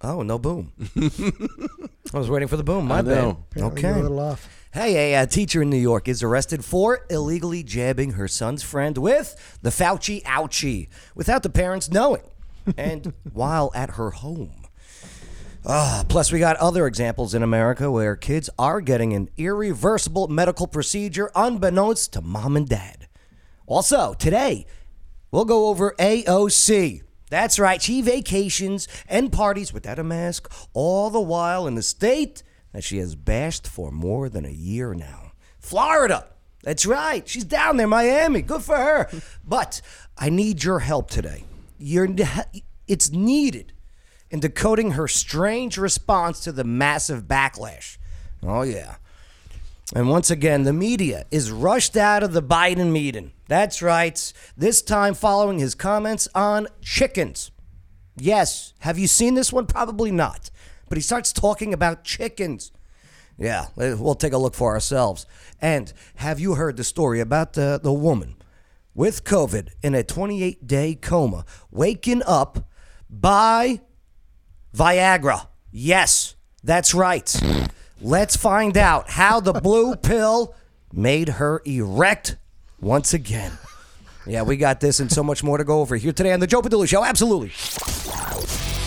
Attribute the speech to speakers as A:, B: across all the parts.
A: Oh, no boom. I was waiting for the boom. My
B: I
A: bad.
B: know.
C: Apparently we're
A: Okay.
C: a little off.
A: Hey, a uh, teacher in New York is arrested for illegally jabbing her son's friend with the Fauci ouchie without the parents knowing and while at her home. Ah, plus, we got other examples in America where kids are getting an irreversible medical procedure unbeknownst to mom and dad. Also, today, we'll go over AOC. That's right, she vacations and parties without a mask, all the while in the state that she has bashed for more than a year now Florida. That's right, she's down there, Miami. Good for her. But I need your help today. You're, it's needed in decoding her strange response to the massive backlash. Oh, yeah. And once again, the media is rushed out of the Biden meeting. That's right. This time following his comments on chickens. Yes. Have you seen this one? Probably not. But he starts talking about chickens. Yeah, eh, we'll take a look for ourselves. And have you heard the story about the, the woman with COVID in a 28 day coma, waking up by Viagra. Yes, that's right. Let's find out how the blue pill made her erect once again. Yeah, we got this and so much more to go over here today on the Joe Padula Show. Absolutely.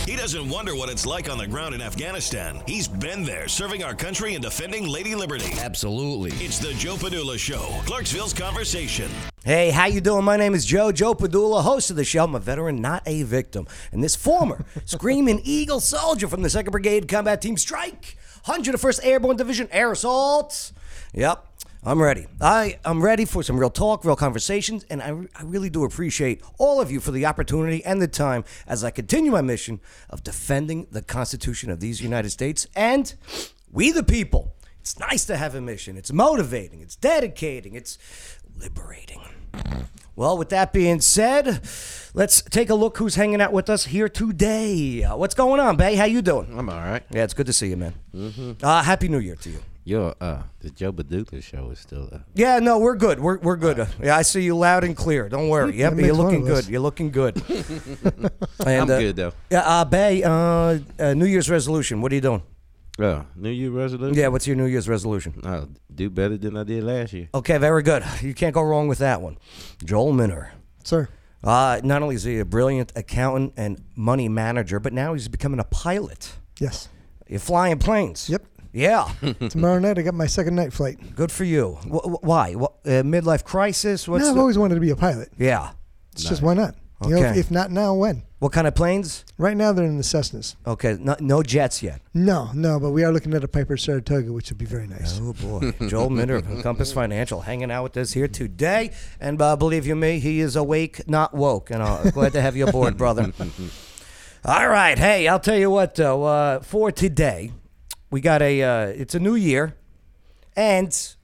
D: He doesn't wonder what it's like on the ground in Afghanistan. He's been there serving our country and defending Lady Liberty.
E: Absolutely.
D: It's the Joe Padula Show, Clarksville's conversation.
A: Hey, how you doing? My name is Joe Joe Padula, host of the show. I'm a veteran, not a victim. And this former screaming eagle soldier from the Second Brigade Combat Team Strike, 101st Airborne Division Air Assault. Yep, I'm ready. I am ready for some real talk, real conversations, and I, I really do appreciate all of you for the opportunity and the time as I continue my mission of defending the Constitution of these United States and we the people. It's nice to have a mission. It's motivating. It's dedicating. It's liberating. Well, with that being said, let's take a look who's hanging out with us here today. Uh, What's going on, Bay? How you doing?
B: I'm all right.
A: Yeah, it's good to see you, man. Mm-hmm. Uh, Happy New Year to you.
B: Your uh, the Joe Badula show is still uh, up.
A: Yeah, no, we're good. We're, we're good. Uh, yeah, I see you loud and clear. Don't worry. Yep,
C: makes
A: you're
C: one
A: looking
C: of us.
A: good. You're looking good.
B: I'm
A: And, uh,
B: good though.
A: Yeah, uh, Bay. Uh, uh, New Year's resolution. What are you doing?
B: Uh, New Year resolution.
A: Yeah, what's your New Year's resolution?
B: I'll do better than I did last year.
A: Okay, very good. You can't go wrong with that one. Joel Minner.
C: Sir,
A: Uh, not only is he a brilliant accountant and money manager, but now he's becoming a pilot.
C: yes.
A: You're flying planes.
C: Yep.
A: Yeah.
C: Tomorrow night, I got my second night flight.
A: Good for you. Wh- wh- why? What, uh, midlife crisis? What's
C: no, I've
A: the-
C: always wanted to be a pilot.
A: yeah.
C: It's just why not? You know, if,
A: Okay.
C: if not now, when?
A: What kind of planes?
C: Right now, they're in the Cessnas.
A: Okay. No, no jets yet.
C: No, no, but we are looking at a Piper Saratoga, which would be very nice.
A: Oh boy, Joel Minter from Compass Financial hanging out with us here today, and uh, believe you me, he is awake, not woke, and uh, glad to have you aboard, brother. All right, hey, I'll tell you what though. Uh, for today, we got a. Uh, it's a new year, and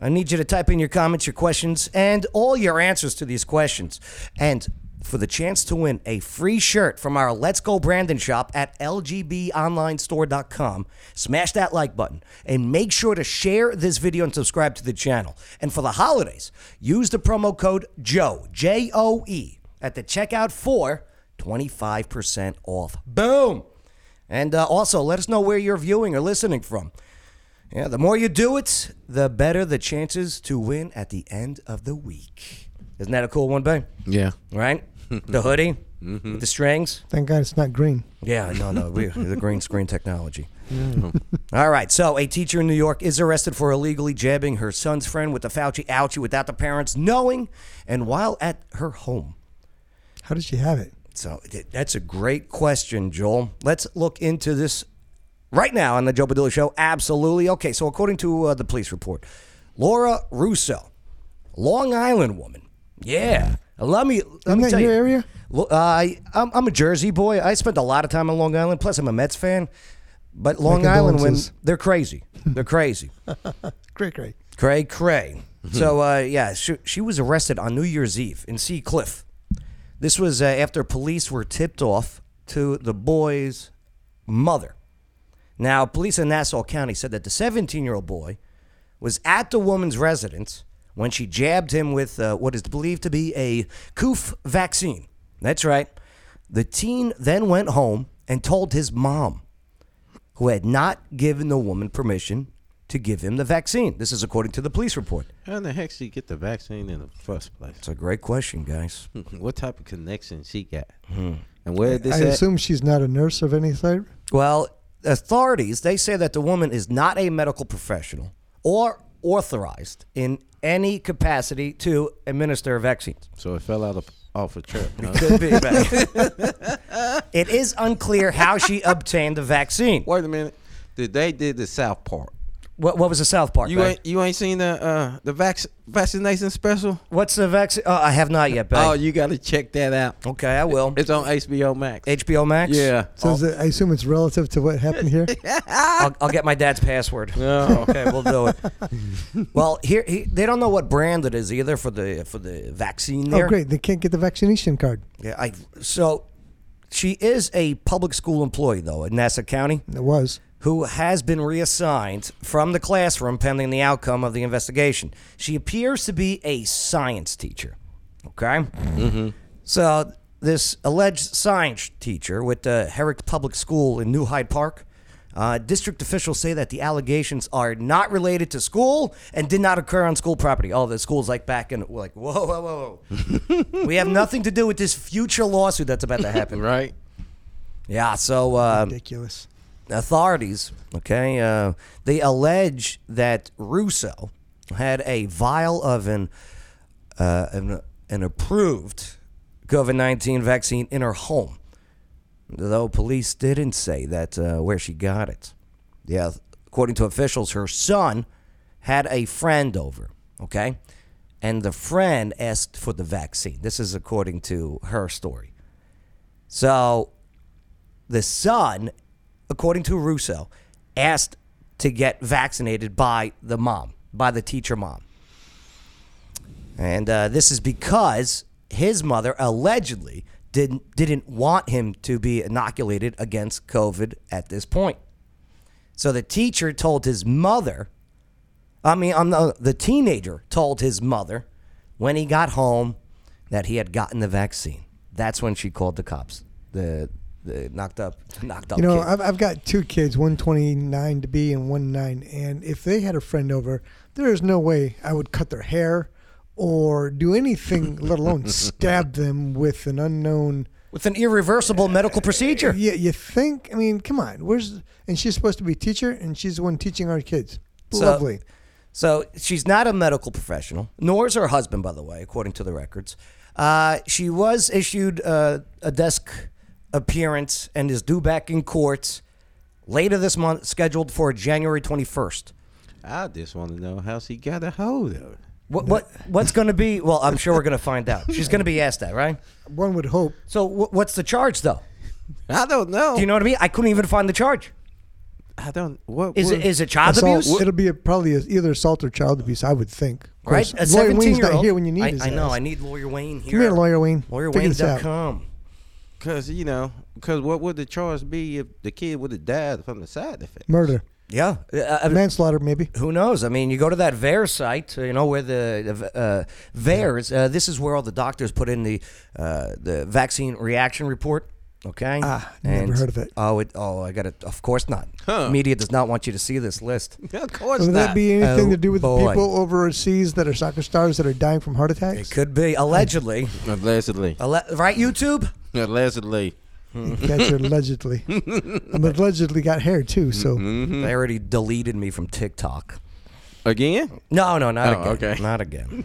A: I need you to type in your comments, your questions, and all your answers to these questions. And for the chance to win a free shirt from our Let's Go Brandon shop at lgbonlinestore.com, smash that like button and make sure to share this video and subscribe to the channel. And for the holidays, use the promo code JOE, J O E, at the checkout for 25% off. Boom! And uh, also, let us know where you're viewing or listening from. Yeah, the more you do it, the better the chances to win at the end of the week. Isn't that a cool one, Bang?
B: Yeah.
A: Right? the hoodie with the strings.
C: Thank God it's not green.
A: Yeah, no, no, we, the green screen technology. All right, so a teacher in New York is arrested for illegally jabbing her son's friend with the Fauci ouchie without the parents knowing, and while at her home.
C: How did she have it?
A: So th- that's a great question, Joel. Let's look into this right now on the Joe Padilla Show. Absolutely. Okay, so according to uh, the police report, Laura Russo, Long Island woman. Yeah. Uh, Let me, let
C: Isn't
A: me
C: that
A: tell
C: your
A: you.
C: area?
A: Lo- uh, I, I'm, I'm a Jersey boy. I spent a lot of time on Long Island. Plus, I'm a Mets fan. But Long Island, when
C: condolences.
A: they're crazy, they're crazy.
C: Great, great.
A: Cray Cray. so uh, yeah, she, she was arrested on New Year's Eve in Sea Cliff. This was uh, after police were tipped off to the boy's mother. Now, police in Nassau County said that the 17-year-old boy was at the woman's residence when she jabbed him with uh, what is believed to be a COOF vaccine. That's right. The teen then went home and told his mom, who had not given the woman permission to give him the vaccine. This is according to the police report.
B: How in the heck she get the vaccine in the first place?
A: It's a great question, guys.
B: What type of connection she got? And where this
C: I
B: at?
C: assume she's not a nurse of any type.
A: Well, authorities they say that the woman is not a medical professional or authorized in any capacity to administer vaccines.
B: so it fell out of, off a truck. huh?
A: Could be. it is unclear how she obtained the vaccine.
B: Wait a minute. Did they did the South Park?
A: What, what was the South Park?
B: You
A: babe?
B: ain't you ain't seen the uh the vac- vaccination special?
A: What's the vaccine? Oh, I have not yet,
B: Oh,
A: babe.
B: you got to check that out.
A: okay, I will.
B: It's on HBO Max.
A: HBO Max.
B: yeah.
C: So is it, I assume it's relative to what happened here. Oh,
A: I'll, I'll get my dad's password.
B: No.
A: Okay, we'll do it. well, here he, they don't know what brand it is either for the for the vaccine. There.
C: Oh, great! They can't get the vaccination card.
A: Yeah, I so she is a public school employee though in Nassau County
C: It was.
A: who has been reassigned from the classroom pending the outcome of the investigation. She appears to be a science teacher. Okay? Mm-hmm. So, this alleged science teacher with the Herrick Public School in New Hyde Park. Uh, district officials say that the allegations are not related to school and did not occur on school property. Oh, the school's like back in, like, whoa, whoa, whoa, whoa. we have nothing to do with this future lawsuit that's about to happen.
B: Right.
A: Yeah, so. Um,
C: Ridiculous.
A: authorities, okay, uh, they allege that Russo had a vial of an uh, an, an approved COVID nineteen vaccine in her home, though police didn't say that uh, where she got it. Yeah, according to officials, her son had a friend over, okay, and the friend asked for the vaccine. This is according to her story. So the son, according to Russo, asked to get vaccinated by the mom, by the teacher mom. And uh, this is because his mother allegedly didn't, didn't want him to be inoculated against COVID at this point. So the teacher told his mother, I mean, um, the, the teenager told his mother when he got home that he had gotten the vaccine. That's when she called the cops. The, the knocked up, knocked up.
C: You know,
A: kid.
C: I've, I've got two kids, one twenty nine to be and one nine. And if they had a friend over, there is no way I would cut their hair or do anything, let alone stab them with an unknown.
A: with an irreversible medical procedure.
C: Yeah, you think? I mean, come on. Where's and she's supposed to be a teacher, and she's the one teaching our kids.
A: So-
C: Lovely.
A: So she's not a medical professional, nor is her husband, by the way, according to the records. Uh, she was issued uh, a desk appearance and is due back in court later this month, scheduled for January 21st.
B: I just want to know how she got a hold of it.
A: What, what what's going to be? Well, I'm sure we're going to find out. She's going to be asked that, right?
C: One would hope.
A: So wh- what's the charge, though?
B: I don't know.
A: Do you know what I mean? I couldn't even find the charge.
B: I don't. What
A: Is
B: what-
A: it is it child
C: Assault-
A: abuse?
C: It'll be a, probably a, either assault or child abuse, I would think. Of
A: Right,
C: course,
A: a
C: Lawyer Wayne's not
A: seventeen-year-old.
C: here when you need
A: I,
C: his
A: I know.
C: ass.
A: I need lawyer Wayne here.
C: Come here, lawyer Wayne. Figure this out.
A: LawyerWayne.com.
B: Cause you know, cause what would the charge be if the kid would have died from the side effect?
C: Murder,
A: Yeah, Uh, uh,
C: manslaughter, maybe.
A: who knows? I mean, you go to that VAR E site, you know, where the uh, VARs, uh, this is where all the doctors put in the uh, the vaccine reaction report. Okay.
C: Ah, never heard of it.
A: Oh, it, oh, I got it. Of course not. Media does not want you to see this list.
B: Of course
C: Would
B: not.
C: that be anything
A: Oh,
C: to do with the
A: boy.
C: people overseas that are soccer stars that are dying from heart attacks?
A: Could be allegedly,
B: allegedly.
A: alle- right? YouTube.
B: Allegedly.
C: That's allegedly. I'm allegedly got hair too, so
B: Mm-hmm.
A: They already deleted me from TikTok.
B: Again?
A: No, no, not
B: Oh,
A: again.
B: okay.
A: Not again,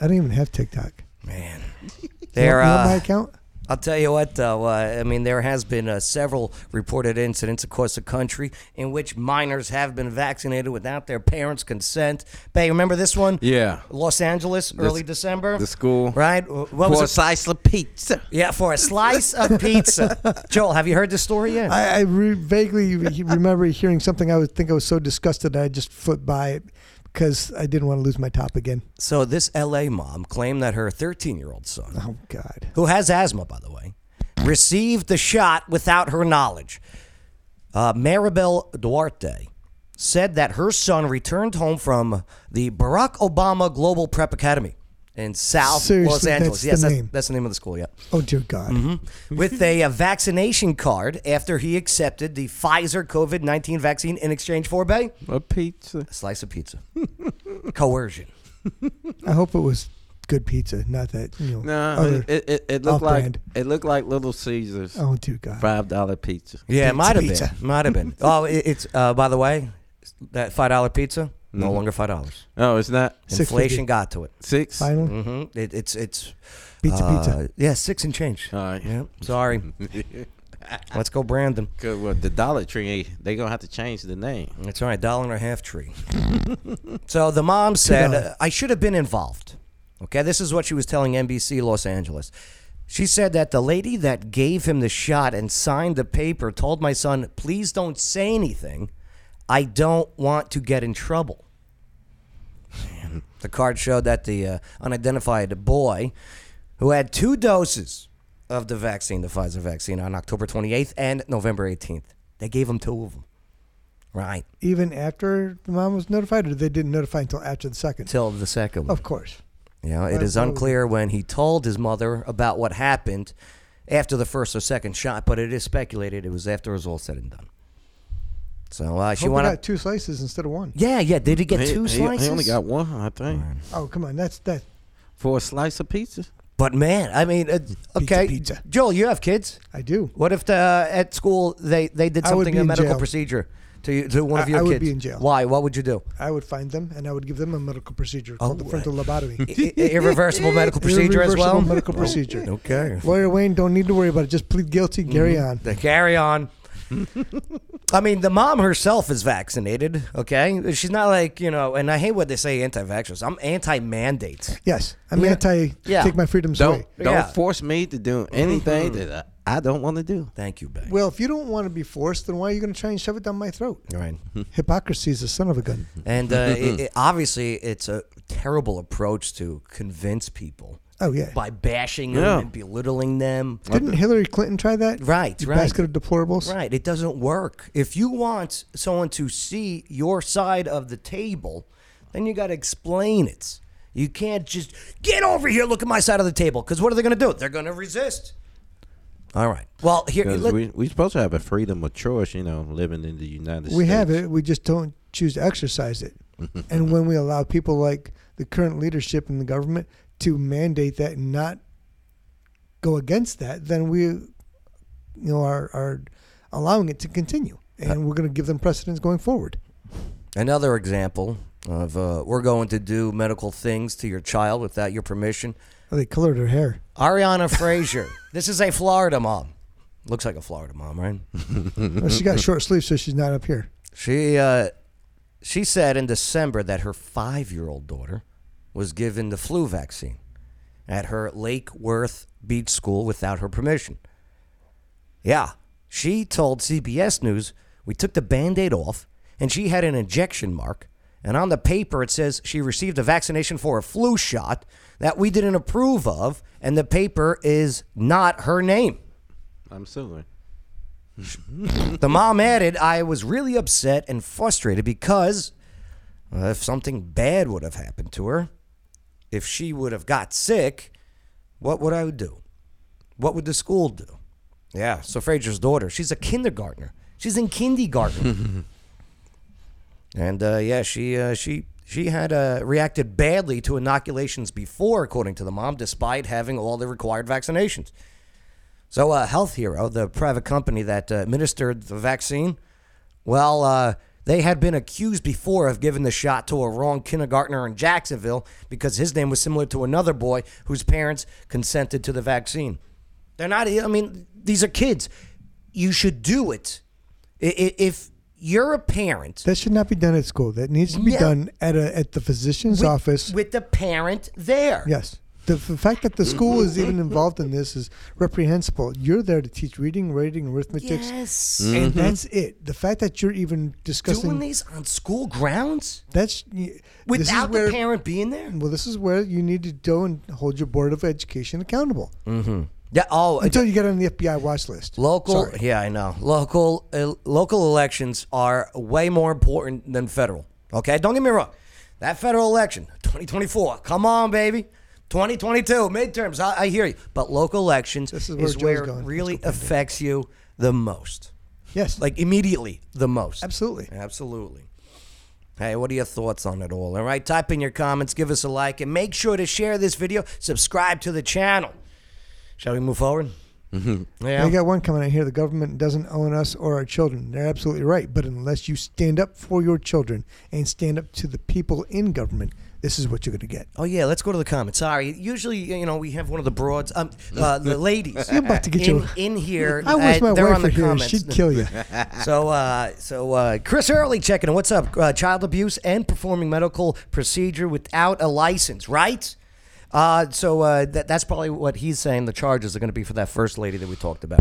C: I don't even have TikTok.
A: man.
C: You
A: They're
C: want- you want
A: uh,
C: my account?
A: I'll tell you what, though. Uh, I mean, there has been uh, several reported incidents across the country in which minors have been vaccinated without their parents' consent. Bay, remember this one?
B: Yeah.
A: Los Angeles, early December.
B: the school.
A: right? What was
B: For a
A: Oh, it?
B: slice of pizza.
A: Yeah, for a slice of pizza. Joel, have you heard this story yet?
C: I, I re- vaguely re- remember hearing something. I would think I was so disgusted I just flipped by it because I didn't want to lose my top again.
A: so this LA mom claimed that her 13-year-old son
C: Oh God!
A: who has asthma, by the way, received the shot without her knowledge. Uh, Maribel Duarte said that her son returned home from the Barack Obama Global Prep Academy in South
C: Seriously,
A: Los Angeles.
C: that's the
A: yes, that's,
C: name.
A: that's the name of the school. Yeah,
C: Oh dear God.
A: with a, uh vaccination card after he accepted the Pfizer COVID nineteen vaccine in exchange for a
B: A pizza.
A: slice of pizza. Coercion.
C: I hope it was good pizza, not that you know.
B: No,
C: other-
B: it, it, it, it looked like
C: off-brand.
B: it looked like Little Caesars
C: oh dear God.
B: five dollar pizza.
A: Yeah, it
C: Pizza,
A: might have
C: pizza.
A: been. Might have been. Oh, it, it's uh, by the way, that five dollar pizza
C: Mm-hmm.
A: no longer five dollars.
B: Oh, it's not
C: Six
A: Inflation
C: fifty.
A: got to it.
B: six.
C: Finally,
A: hmm It, it's it's
C: pizza,
A: uh,
C: pizza.
A: Yeah, six and change.
B: All right.
A: Yeah, sorry. Let's go, Brandon.
B: Cause well, the Dollar Tree, they gonna have to change the name.
A: That's all right. Dollar and a half tree. so the mom said,
C: dollar.
A: uh, I should have been involved. Okay, this is what she was telling NBC Los Angeles. She said that the lady that gave him the shot and signed the paper told my son, please don't say anything. I don't want to get in trouble. The card showed that the uh, unidentified boy, who had two doses of the vaccine, the Pfizer vaccine, on October 28th and November 18th, they gave him two of them. Right.
C: Even after the mom was notified, or they didn't notify until after the second.
A: Till the second one.
C: Of course.
A: You know, it
C: Oh, That's
A: is
C: how-
A: unclear when he told his mother about what happened after the first or second shot, but it is speculated it was after it was all said and done. So uh, she
C: Hope we
A: wanted.
C: got two slices instead of one.
A: Yeah, yeah. Did he get
B: he,
A: two
B: he-
A: slices?
B: He only got one, I think,
C: Oh come on, that's that.
B: for a slice of pizza.
A: But man, I mean, uh, okay,
C: pizza.
A: Joel, you have kids.
C: I do.
A: What if the, uh, at school they, they did
C: I would
A: something
C: be
A: a
C: in
A: medical
C: jail.
A: procedure to you, to one of
C: I-
A: your
C: I
A: kids?
C: would be in jail.
A: Why? What would you do?
C: I would find them and I would give them a medical procedure called
A: Oh,
C: the frontal lobotomy.
A: I- I- irreversible medical procedure as well.
C: Irreversible Medical procedure.
A: Okay.
C: Lawyer Wayne, don't need to worry about it. Just plead guilty.
A: Mm-hmm.
C: Carry on.
A: The carry on. I mean, the mom herself is vaccinated. Okay, she's not like you know. And I hate what they say anti-vaxxers. I'm anti-mandates.
C: Yes, I'm anti.
A: Yeah.
C: Take my freedoms
B: Don't
C: away.
B: don't
A: Yeah. Mm-hmm.
B: force me to do anything that I, I don't want to do.
A: Thank you, babe.
C: Well, if you don't want to be forced, then why are you going to try and shove it down my throat?
A: Right.
C: Hypocrisy is the son of a gun.
A: And uh, it, it- obviously, it's a terrible approach to convince people
C: Oh yeah.
A: by bashing them
B: Yeah.
A: and belittling them.
C: Didn't Hillary Clinton try that?
A: Right,
C: You
A: right.
C: Basket of deplorables.
A: Right. It doesn't work. If you want someone to see your side of the table, then you got to explain it. You can't just get over here, look at my side of the table. Because what are they going to do? They're going to resist. All right. Well, here,
B: 'Cause
A: let,
B: we we supposed to have a freedom of choice, you know, living in the United States.
C: We have it. We just don't choose to exercise it. and when we allow people like the current leadership in the government to mandate that and not go against that, then we, you know, are are allowing it to continue, and we're going to give them precedence going forward.
A: another example of uh, we're going to do medical things to your child without your permission.
C: Oh, they colored her hair.
A: Ariana Frazier. this is a Florida mom. Looks like a Florida mom, right?
C: Well, she got short sleeves, so she's not up here.
A: She uh, she said in December that her five-year-old daughter was given the flu vaccine at her Lake Worth Beach school without her permission. Yeah, she told CBS News we took the Band-Aid off, and she had an injection mark. And on the paper, it says she received a vaccination for a flu shot that we didn't approve of, and the paper is not her name.
B: I'm suing.
A: The mom added, I was really upset and frustrated because uh, if something bad would have happened to her, if she would have got sick, what would I do? What would the school do? Yeah, so Frazier's daughter, she's a kindergartner. She's in kindergarten. and uh, yeah, she uh, she she had uh, reacted badly to inoculations before, according to the mom, despite having all the required vaccinations. So, uh, Health Hero, the private company that uh, administered the vaccine, well, uh, they had been accused before of giving the shot to a wrong kindergartner in Jacksonville because his name was similar to another boy whose parents consented to the vaccine. They're not, I mean, these are kids. You should do it. I- i- If you're a parent
C: That should not be done at school. That needs to be
A: Yeah.
C: done at a at the physician's office.
A: with the parent there,
C: Yes. The, f- fact that the school is even involved in this is reprehensible. You're there to teach reading, writing, arithmetic,
A: yes,
C: and that's it. The fact that you're even discussing
A: doing these on school grounds
C: that's y- this is
A: without
C: where,
A: the parent being there.
C: Well, this is where you need to go and hold your board of education accountable
A: Yeah. Oh,
C: until you get on the FBI watch list.
A: Local,
C: Sorry.
A: yeah, I know. Local, uh, local elections are way more important than federal. Okay, don't get me wrong. That federal election, 2024, come on, baby. 2022 midterms. I, I hear you, but local elections
C: This
A: is,
C: is where Joe's
A: where it
C: going.
A: really affects you the most.
C: Yes, like
A: Like immediately, the most.
C: absolutely.
A: Absolutely. Hey, what are your thoughts on it all? All right, type in your comments, give us a like, and make sure to share this video. Subscribe to the channel. Shall we move forward? Mm-hmm. Yeah.
C: I got one coming out here. The government doesn't own us or our children. They're absolutely right. But unless you stand up for your children and stand up to the people in government, this is what you're going to get.
A: Oh yeah, let's go to the comments. Sorry, usually you know we have one of the broads, um, uh, the ladies.
C: You're about to get
A: in,
C: your-
A: in here.
C: I wish
A: uh,
C: my
A: they're
C: wife
A: on the
C: were here.
A: comments.
C: She'd kill you.
A: So, uh, so uh, Chris Early checking. in. What's up? Uh, child abuse and performing medical procedure without a license, right? Uh, so uh, that, that's probably what he's saying. The charges are going to be for that first lady that we talked about.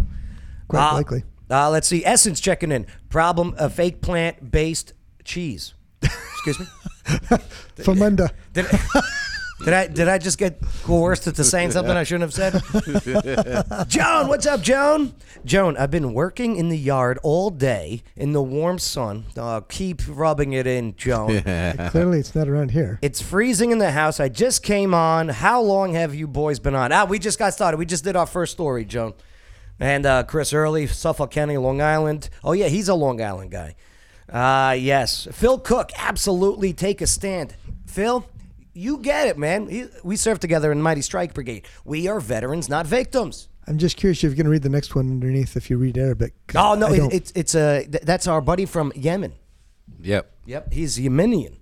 C: Quite
A: Uh,
C: likely.
A: Uh, let's see. Essence checking in. Problem: a fake plant-based cheese. Excuse me.
C: From under.
A: Did, did I did I just get coerced into saying something I shouldn't have said? Joan, what's up, Joan? Joan, I've been working in the yard all day in the warm sun. Uh, keep rubbing it in, Joan.
C: Clearly, it's not around here.
A: It's freezing in the house. I just came on. How long have you boys been on? Ah, we just got started. We just did our first story, Joan. And uh, Chris Early, Suffolk County, Long Island. Oh, yeah, he's a Long Island guy. Uh, yes. Phil Cook, absolutely take a stand. Phil, you get it, man. He- We served together in Mighty Strike Brigade. We are veterans, not victims.
C: I'm just curious if you're going to read the next one underneath if you read Arabic.
A: Oh, no,
C: I
A: it,
C: don't.
A: it's, it's a, th- that's our buddy from Yemen.
B: Yep.
A: Yep, he's Yemenian.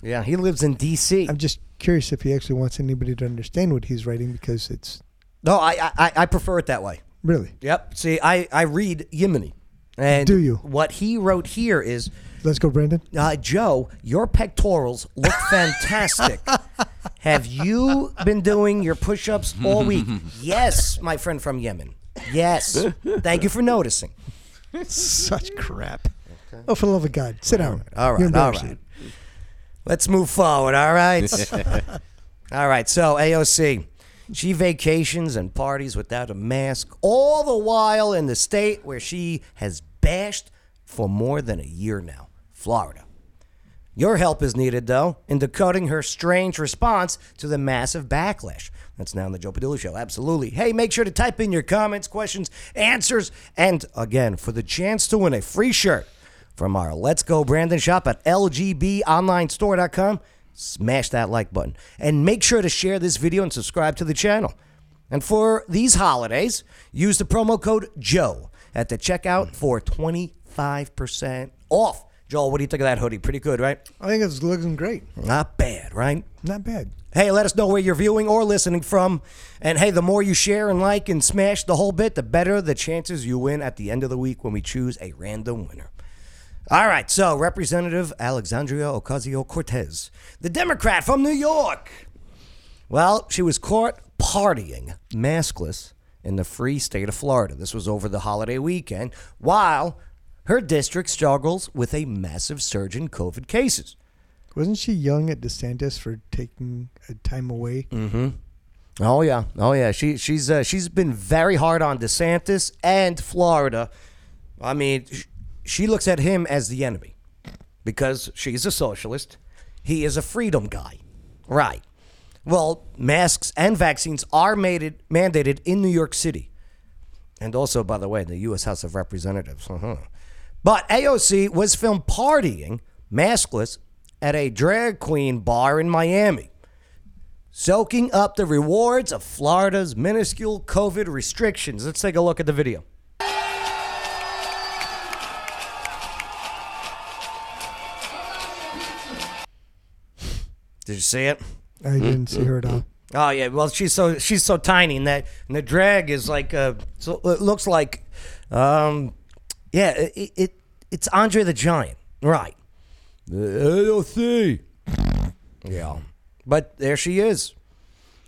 A: Yeah, he lives in D.C.
C: I'm just curious if he actually wants anybody to understand what he's writing because it's
A: No, I, I- I, I prefer it that way.
C: really.
A: Yep. See, I, I read Yemeni. And
C: Do you?
A: What he wrote here is,
C: Let's go, Brandon.
A: uh, Joe, your pectorals look fantastic. Have you been doing your push-ups all week? yes, my friend from Yemen. Yes. Thank you for noticing.
C: Such crap. Oh, for the love of God, sit down.
A: All right.
C: You're
A: all
C: embarrassing.
A: right. Let's move forward. All right. all right. So AOC, she vacations and parties without a mask, all the while in the state where she has bashed for more than a year now, Florida. Your help is needed, though, in decoding her strange response to the massive backlash. That's now on the Joe Padula Show. Absolutely. Hey, make sure to type in your comments, questions, answers, and again, for the chance to win a free shirt from our Let's Go Brandon shop at lgbonlinestore.com, smash that like button. And make sure to share this video and subscribe to the channel. And for these holidays, use the promo code Joe at the checkout for 25% off. Joel, what do you think of that hoodie? Pretty good, right?
C: I think it's looking great.
A: Not bad, right?
C: Not bad.
A: Hey, let us know where you're viewing or listening from. And hey, the more you share and like and smash the whole bit, the better the chances you win at the end of the week when we choose a random winner. All right, so Representative Alexandria Ocasio Cortez, the Democrat from New York. Well, she was caught partying maskless in the free state of Florida. This was over the holiday weekend while her district struggles with a massive surge in COVID cases.
C: Wasn't she yelling at DeSantis for taking a time away?
A: Mm. Oh yeah, oh yeah. She she's uh, she's been very hard on DeSantis and Florida. I mean, sh- she looks at him as the enemy because she's a socialist. He is a freedom guy, right? Well, masks and vaccines are mandated mandated in New York City, and also, by the way, the U.S. House of Representatives. Uh-huh. But AOC was filmed partying maskless at a drag queen bar in Miami soaking up the rewards of Florida's minuscule COVID restrictions. Let's take a look at the video. Did you see it?
C: I didn't see her at all.
A: Oh yeah, well she's so she's so tiny, and that and the drag is like uh, so it looks like, um, yeah, it, it it's Andre the Giant, right? AOC. Yeah, but there she is.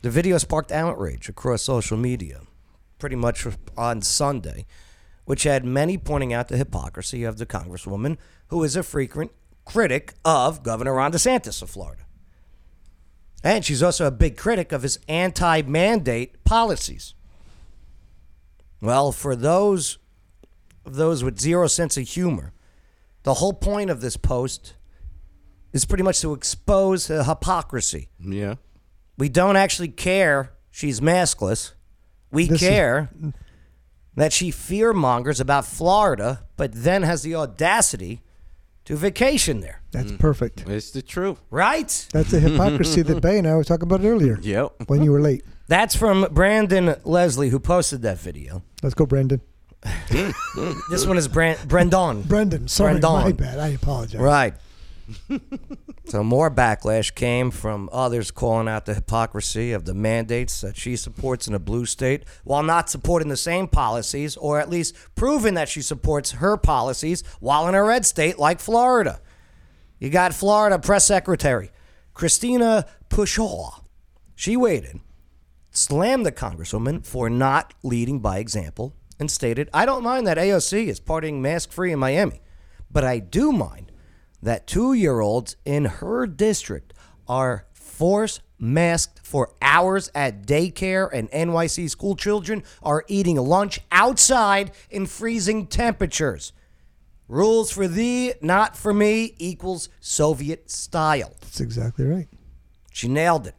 A: The video sparked outrage across social media, pretty much on Sunday, which had many pointing out the hypocrisy of the congresswoman, who is a frequent critic of Governor Ron DeSantis of Florida. And she's also a big critic of his anti mandate policies. Well, for those of those with zero sense of humor, the whole point of this post is pretty much to expose the hypocrisy
B: Yeah.
A: We don't actually care she's maskless. We
C: This is-
A: care that she fear mongers about Florida, but then has the audacity to vacation there.
C: That's perfect.
B: It's the truth.
A: Right?
C: That's the hypocrisy that Bay and I were talking about earlier.
B: Yep.
C: When you were late.
A: That's from Brandon Leslie, who posted that video.
C: Let's go, Brendan.
A: This one is Bran- Brandon.
C: Brendan, sorry,
A: Brendan.
C: my bad. I apologize.
A: Right. so more backlash came from others calling out the hypocrisy of the mandates that she supports in a blue state while not supporting the same policies or at least proving that she supports her policies while in a red state like Florida. You got Florida press secretary Christina Pushaw. She waited, slammed the congresswoman for not leading by example, and stated, I don't mind that AOC is partying mask free in Miami, but I do mind that two year olds in her district are force masked for hours at daycare, and NYC school children are eating lunch outside in freezing temperatures. Rules for thee, not for me, equals Soviet style.
C: That's exactly right.
A: She nailed it.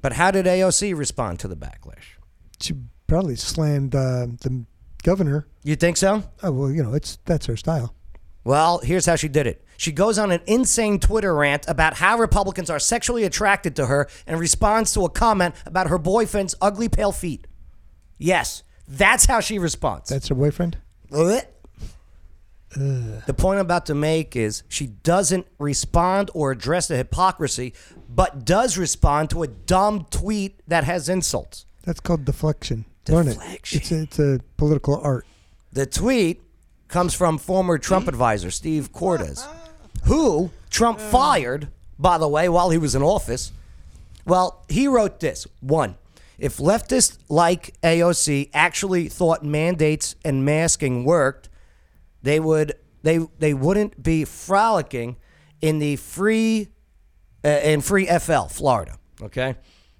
A: But how did AOC respond to the backlash?
C: She probably slammed uh, the governor.
A: You think so?
C: Oh, well, you know, it's that's her style.
A: Well, here's how she did it. She goes on an insane Twitter rant about how Republicans are sexually attracted to her and responds to a comment about her boyfriend's ugly pale feet. Yes, that's how she responds.
C: That's her boyfriend.
A: Blech. The point I'm about to make is she doesn't respond or address the hypocrisy, but does respond to a dumb tweet that has insults.
C: That's called deflection. Learn it.
A: Deflection.
C: It's a, it's a political art.
A: The tweet comes from former Trump advisor Steve Cortez, who Trump fired, by the way, while he was in office. Well, he wrote this one, if leftists like AOC actually thought mandates and masking worked, they would they they wouldn't be frolicking in the free uh, in free FL Florida. Okay,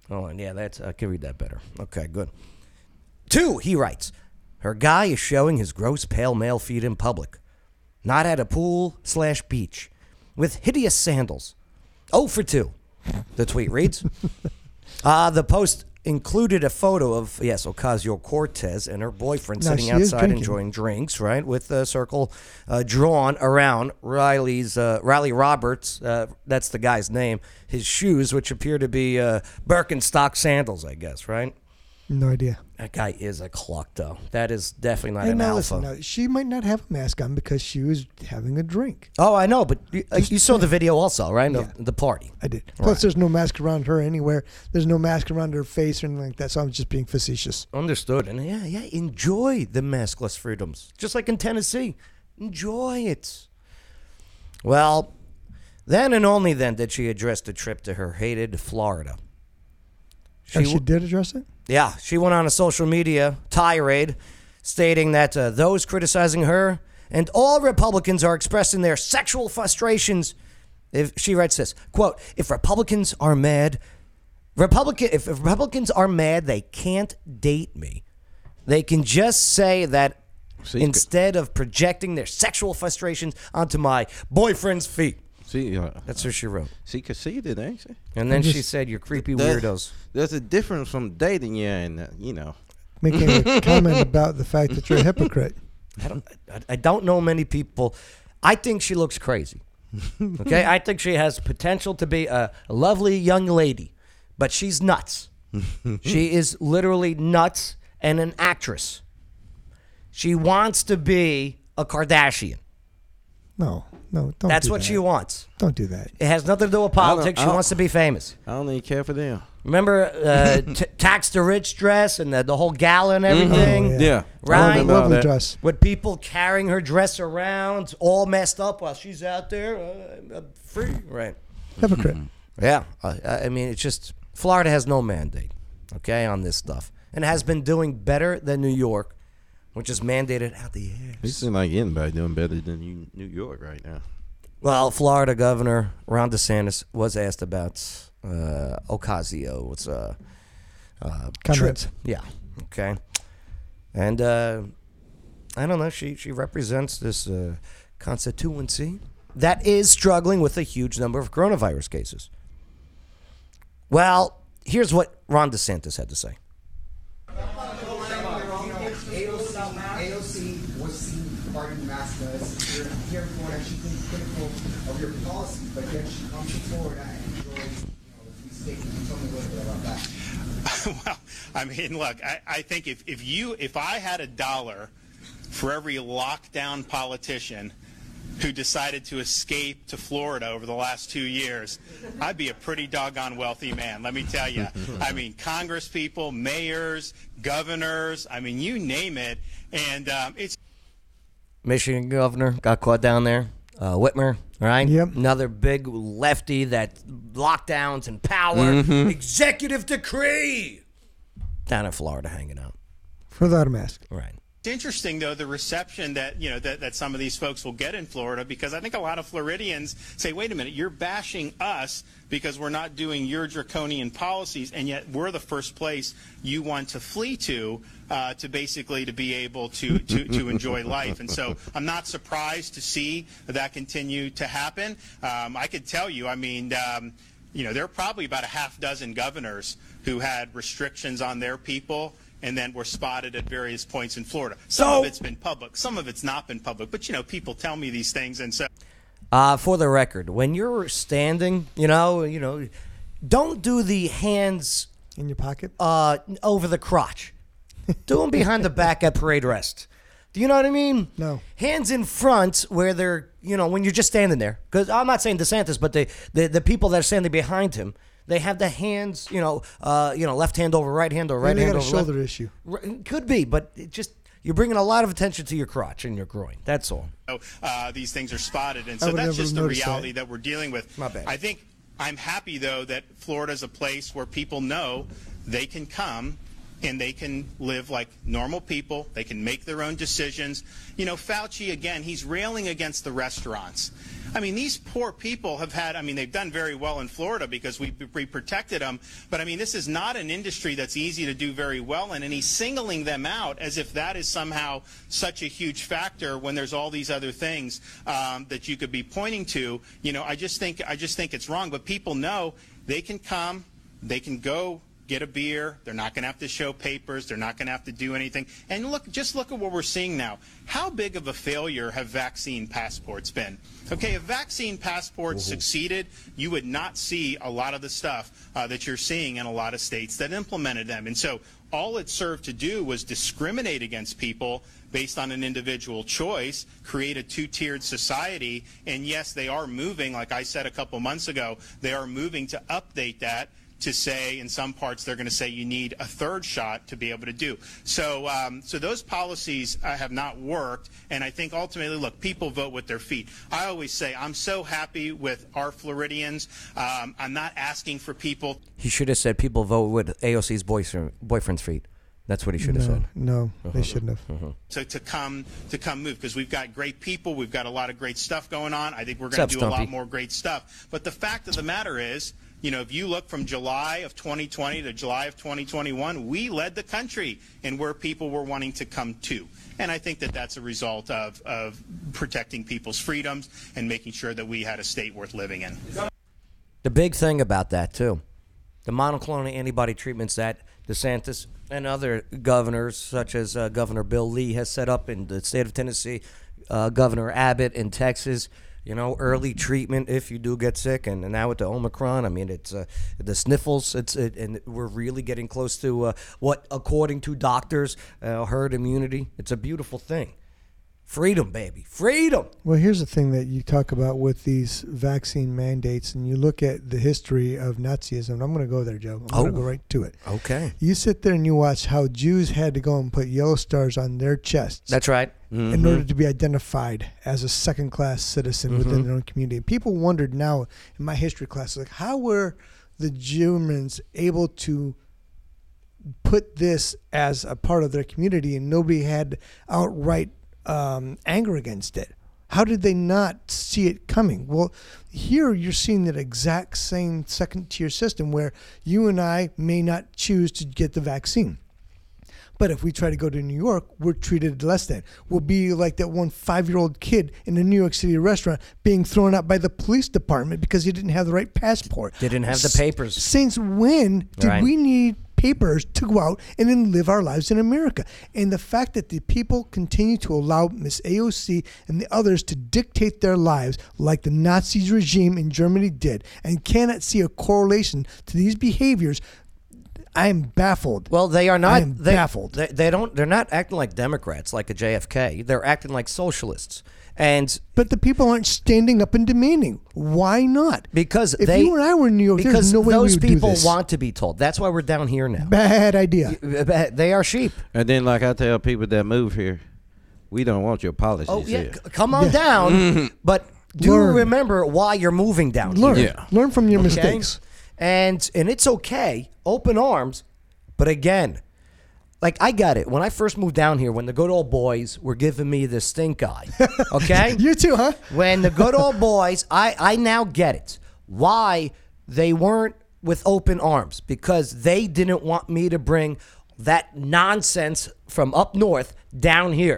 A: hold on. Yeah, that's I can read that better. Okay, good. Two, he writes, her guy is showing his gross pale male feet in public, not at a pool slash beach, with hideous sandals. Oh for two, the tweet reads. uh, the post included a photo of yes Ocasio Cortez and her boyfriend
C: Now,
A: sitting
C: she is
A: outside
C: drinking.
A: enjoying drinks, right, with a circle uh, drawn around Riley's uh, Riley Roberts. Uh, that's the guy's name. His shoes, which appear to be uh, Birkenstock sandals, I guess, right.
C: No idea.
A: That guy is a clock, though. That is definitely not
C: And
A: an
C: now
A: alpha.
C: listen, now, she might not have a mask on because she was having a drink.
A: Oh, I know, but you, uh, you saw the video also, right? Of the party.
C: I did. Plus, there's no mask around her anywhere. There's no mask around her face or anything like that. So I'm just being facetious.
A: Understood. And yeah, yeah, enjoy the maskless freedoms, just like in Tennessee. Enjoy it. Well, then and only then did she address the trip to her hated Florida.
C: She, Oh, she
A: w-
C: did address it.
A: Yeah, she went on a social media tirade stating that uh, those criticizing her and all Republicans are expressing their sexual frustrations. If she writes this quote, if Republicans are mad, Republican if if Republicans are mad, they can't date me. They can just say that
B: See,
A: instead of projecting their sexual frustrations onto my boyfriend's feet.
B: See, uh,
A: That's what she wrote.
B: she conceded, ain't she?
A: And then she said, "You're creepy
B: That-
A: weirdos."
B: There's a difference from dating you and uh, you know.
C: Making a comment about the fact that you're a hypocrite.
A: I don't, I, I don't know many people. I think she looks crazy. Okay, I think she has potential to be a lovely young lady, but she's nuts. she is literally nuts and an actress. She wants to be a Kardashian.
C: No, no, don't.
A: That's
C: do
A: what
C: that.
A: she wants.
C: Don't do that.
A: It has nothing to do with politics. She
B: I don't-
A: wants to be famous.
B: I don't even care for them.
A: Remember uh, t- tax the rich dress and the, the whole gala
B: Mm-hmm.
A: and everything.
C: Yeah.
A: Right.
B: All
C: Lovely
B: that.
C: dress.
A: with people carrying her dress around all messed up while she's out there uh, uh, free right
C: Hypocrite.
A: yeah I, I mean it's just florida has no mandate okay on this stuff and has been doing better than new york which is mandated out the air
B: You seem like anybody doing better than you, New York right now.
A: well florida governor ron desantis was asked about uh, ocasio what's uh
C: Comments.
A: Yeah. Okay. And uh, I don't know. She she represents this uh, constituency that is struggling with a huge number of coronavirus cases. Well, here's what Ron DeSantis had to say.
E: AOC, AOC was seen parting Mastas. You're here for that she's been critical of your policy, but then she comes forward and enjoys, you know, these statements. Tell me a little bit about that.
F: well, I mean, look, I, I think if, if you if I had a dollar for every lockdown politician who decided to escape to Florida over the last two years, I'd be a pretty doggone wealthy man, let me tell you. I mean, Congress people, mayors, governors, I mean, you name it. And um, it's
A: Michigan governor got caught down there. Uh, Whitmer, right?
C: Yep.
A: Another big lefty that lockdowns and power, executive decree. Down in Florida, hanging out.
C: without a mask.
A: Right.
F: It's interesting though the reception that you know that, that some of these folks will get in Florida because I think a lot of Floridians say, wait a minute, you're bashing us because we're not doing your draconian policies, and yet we're the first place you want to flee to uh, to basically to be able to, to to enjoy life. And so I'm not surprised to see that continue to happen. Um, I could tell you, I mean. Um, you know, there are probably about a half dozen governors who had restrictions on their people and then were spotted at various points in Florida. Some of it's been public, some of it's not been public, but you know, people tell me these things, and so
A: Uh, for the record, when you're standing, you know, you know, don't do the hands
C: In your pocket?
A: uh, over the crotch. Do them behind the back at parade rest. Do you know what I mean?
C: No.
A: Hands in front where they're, you know, when you're just standing there. Because I'm not saying DeSantis, but the, the, the people that are standing behind him, they have the hands, you know, uh, you know, left hand over right hand or right
C: Maybe they
A: hand
C: got a
A: over left.
C: shoulder issue.
A: Right, Could be, but it just you're bringing a lot of attention to your crotch and your groin. That's all.
F: uh, these things are spotted, and so
C: would
F: that's
C: never
F: just the
C: notice that.
F: reality that we're dealing with.
A: My bad.
F: I think I'm happy though that Florida's a place where people know they can come and they can live like normal people. They can make their own decisions. You know, Fauci again, he's railing against the restaurants. I mean, these poor people have had, I mean, they've done very well in Florida because we, we protected them. But I mean, this is not an industry that's easy to do very well in. And he's singling them out as if that is somehow such a huge factor when there's all these other things um, that you could be pointing to. You know, I just think, I just think it's wrong. But people know they can come, they can go get a beer. They're not going to have to show papers. They're not going to have to do anything. And look, just look at what we're seeing now. How big of a failure have vaccine passports been? Okay, if vaccine passports succeeded, you would not see a lot of the stuff uh, that you're seeing in a lot of states that implemented them. And so all it served to do was discriminate against people based on an individual choice, create a two tiered society. And yes, they are moving, like I said a couple months ago, they are moving to update that to say in some parts they're going to say you need a third shot to be able to do so um, so those policies uh, have not worked and i think ultimately look people vote with their feet i always say i'm so happy with our floridians um, i'm not asking for people
A: He should have said people vote with AOC's boyfriend, boyfriend's feet. That's what he should have
C: No,
A: said.
C: no,
A: Uh-huh.
C: they shouldn't have.
F: to, to come to come move because we've got great people we've got a lot of great stuff going on i think we're going
A: Sup,
F: to do a lot
A: Stumpy?
F: more great stuff but the fact of the matter is you know if you look from july of 2020 to july of 2021 we led the country in where people were wanting to come to and i think that that's a result of, of protecting people's freedoms and making sure that we had a state worth living in
A: The big thing about that too, the monoclonal antibody treatments that DeSantis and other governors, such as uh, Governor Bill Lee, has set up in the state of Tennessee, uh, Governor Abbott in Texas. You know, early treatment if you do get sick, and, and now with the Omicron, I mean, it's uh, the sniffles. It's it, and we're really getting close to uh, what, according to doctors, uh, herd immunity. It's a beautiful thing. Freedom, baby, freedom.
C: Well, here's the thing that you talk about with these vaccine mandates, and you look at the history of Nazism. I'm going to go there, Joe. I'm going
A: Oh.
C: to go right to it.
A: Okay.
C: You sit there and you watch how Jews had to go and put yellow stars on their chests
A: That's Mm-hmm. right.
C: in order to be identified as a second class citizen
A: Mm-hmm.
C: within their own community. And people wondered now in my history class, like, how were the Germans able to put this as a part of their community and nobody had outright um, anger against it? How did they not see it coming? Well, here you're seeing that exact same second tier system where you and I may not choose to get the vaccine But if we try to go to New York, we're treated less than. We'll be like that one five year old kid in a New York City restaurant being thrown out by the police department because he didn't have the right passport.
A: Didn't have the
C: S-
A: papers.
C: Since when did
A: Right.
C: we need papers to go out and then live our lives in America? And the fact that the people continue to allow Miss AOC and the others to dictate their lives like the Nazi regime in Germany did and cannot see a correlation to these behaviors, I am baffled.
A: Well, they are
C: I
A: not
C: am
A: they,
C: baffled.
A: They, they don't. They're not acting like Democrats, like a JFK. They're acting like socialists, and
C: but the people aren't standing up and demanding. Why not?
A: because
C: if
A: they,
C: you and I were in New York,
A: because
C: there's no way we
A: those
C: would
A: people
C: do this.
A: want to be told. That's why we're down here now.
C: Bad idea.
A: They are sheep.
B: And then, like I tell people that move here, we don't want your policies
A: Oh yeah,
B: here.
A: c- come on down. But do
C: Learn.
A: remember why you're moving down.
C: Learn.
A: here,
B: Yeah.
C: Learn from your
A: okay?
C: mistakes.
A: And and it's okay. Open arms, but again, like I got it. When I first moved down here, when the good old boys were giving me the stink eye, okay?
C: You too, huh?
A: when the good old boys, I, I now get it why they weren't with open arms because they didn't want me to bring that nonsense from up north down here.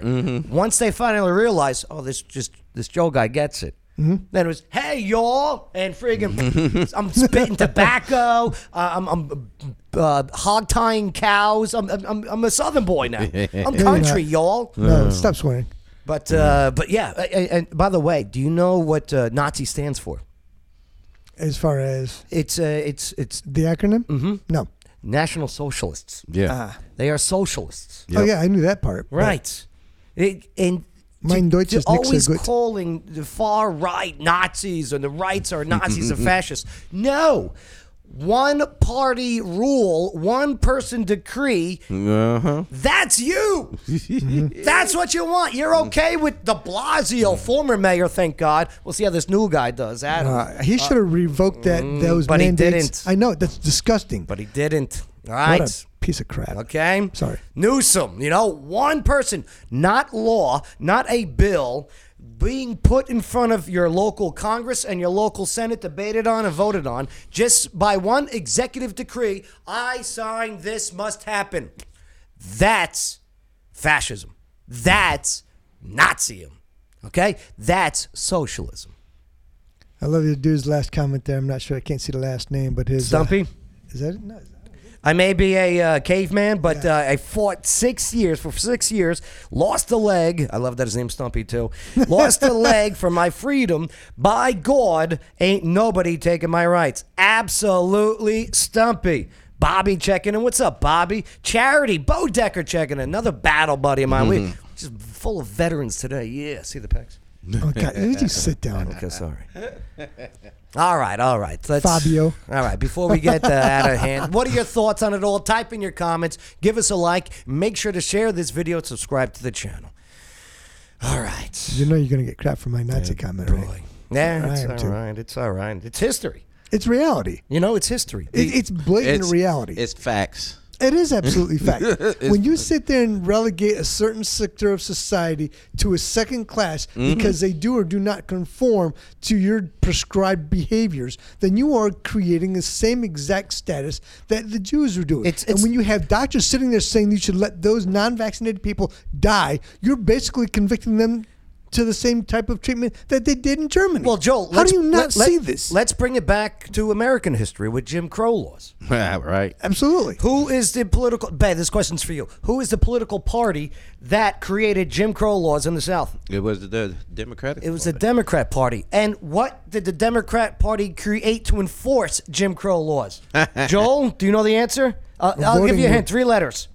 A: Once they finally realized, oh, this just this Joe guy gets it. Then it was, hey y'all, and friggin', I'm spitting tobacco. Uh, I'm, I'm uh, hog tying cows. I'm, I'm, I'm a southern boy now. I'm country, y'all.
C: No, stop swearing.
A: But uh, but yeah, a- a- and by the way, do you know what uh, Nazi stands for?
C: As far as
A: It's uh, it's it's
C: the acronym? Mm-hmm. No.
A: National Socialists.
B: Yeah.
C: Uh-huh.
A: They are socialists,
C: Oh yeah, I knew that part. but
A: right? It, and to-
C: Mein Deutsch
A: to
C: ist nicht so
A: always
C: gut.
A: calling the far right Nazis and the rights are Nazis and fascists. No, one party rule, one person decree.
B: Uh-huh.
A: That's you. That's what you want. You're okay with De Blasio, former mayor. Thank God. We'll see how this new guy does. Adam.
C: Uh, he should have revoked that those
A: mm, but he
C: mandates.
A: didn't.
C: I know that's disgusting.
A: But he didn't. All
C: what
A: right.
C: a piece of crap.
A: Okay.
C: Sorry.
A: Newsom, you know, one person, not law, not a bill, being put in front of your local Congress and your local Senate, debated on and voted on, just by one executive decree. I signed this must happen. That's fascism. That's Nazism. Okay? That's socialism.
C: I love the dude's last comment there. I'm not sure. I can't see the last name, but his uh,
A: Stumpy?
C: is that it? No, is that-
A: I may be a uh, caveman, but uh, I fought six years for six years. Lost a leg. I love that his name's Stumpy too. Lost a leg for my freedom. By God, ain't nobody taking my rights. Absolutely, Stumpy. Bobby checking in. What's up, Bobby? Charity Bo Decker checking in. Another battle buddy of mine. We just full of veterans today. Yeah, see the pics.
C: Oh God! Did you sit down?
A: Okay, sorry. All right, all right. Let's,
C: Fabio.
A: All right, before we get uh, out of hand, what are your thoughts on it all? Type in your comments, give us a like, make sure to share this video, and subscribe to the channel. All right.
C: You know you're gonna get crap for my Nazi comment, right?
A: Yeah,
C: I am
A: it's all
C: too.
A: right. It's all right. It's history.
C: It's reality.
A: You know, it's history.
C: It, it's blatant reality.
B: It's facts.
C: It is absolutely fact. when you sit there and relegate a certain sector of society to a second class because they do or do not conform to your prescribed behaviors, then you are creating the same exact status that the Jews were doing.
A: It's-
C: and
A: it's-
C: when you have doctors sitting there saying you should let those non-vaccinated people die, you're basically convicting them to the same type of treatment that they did in Germany.
A: Well, Joel,
C: how
A: let's,
C: do you not
A: let-
C: see
A: let-
C: this?
A: Let's bring it back to American history with Jim Crow laws.
B: right.
C: absolutely.
A: Who is the political? Ben, this question's for you. Who is the political party that created Jim Crow laws in the South?
B: It was the, the Democratic.
A: It was the
B: Party.
A: Democrat Party. And what did the Democrat Party create to enforce Jim Crow laws? Joel, do you know the answer? Uh, I'll give
C: voting
A: you a
C: with-
A: hint. Three letters.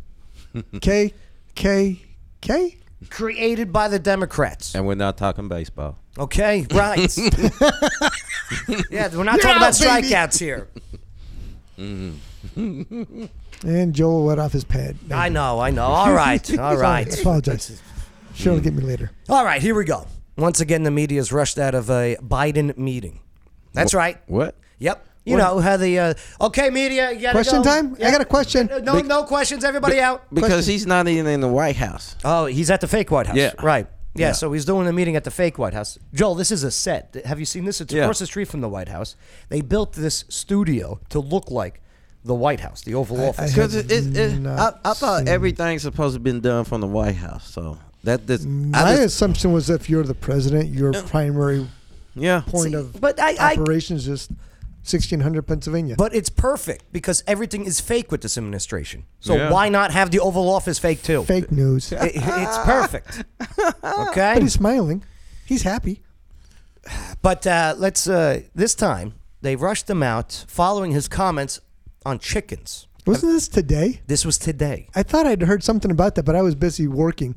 C: K, K, K.
A: Created by the Democrats.
B: and we're not talking baseball.
A: Okay, right. yeah, we're not talking
C: Yeah,
A: about
C: baby.
A: strikeouts here.
C: And Joel let off his pad.
A: I know, I know. All right, all
C: I
A: right. Hmm.
C: apologize. She'll get me later.
A: All right, here we go. Once again, the media's rushed out of a Biden meeting. That's right.
B: What?
A: Yep. You know how the uh, okay media. You gotta
C: Question
A: go.
C: time? I
A: Yeah.
C: got a question.
A: No, no questions. Everybody out.
B: Because he's not even in the White House.
A: Oh, he's at the fake White House.
B: Yeah.
A: Right. Yeah,
B: Yeah.
A: so he's doing a meeting at the fake White House. Joel, this is a set. Have you seen this? It's
B: Yeah.
A: across the street from the White House. They built this studio to look like the White House, the Oval Office.
C: I-
B: Because it, it, it, I,
C: Not
B: I thought
C: seen-
B: everything's supposed to have been done from the White House. So that this,
C: My
B: I just,
C: assumption was if you're the president, your primary
B: yeah.
C: point of
A: but I- I-
C: operations is 1600 Pennsylvania.
A: But it's perfect because everything is fake with this administration. So
B: Yeah.
A: why not have the Oval Office fake too?
C: fake news.
A: It- it's perfect. Okay.
C: But he's smiling. He's happy.
A: But uh, let's uh, this time they rushed him out following his comments on chickens.
C: Wasn't this today?
A: This was today.
C: I thought I'd heard something about that, but I was busy working.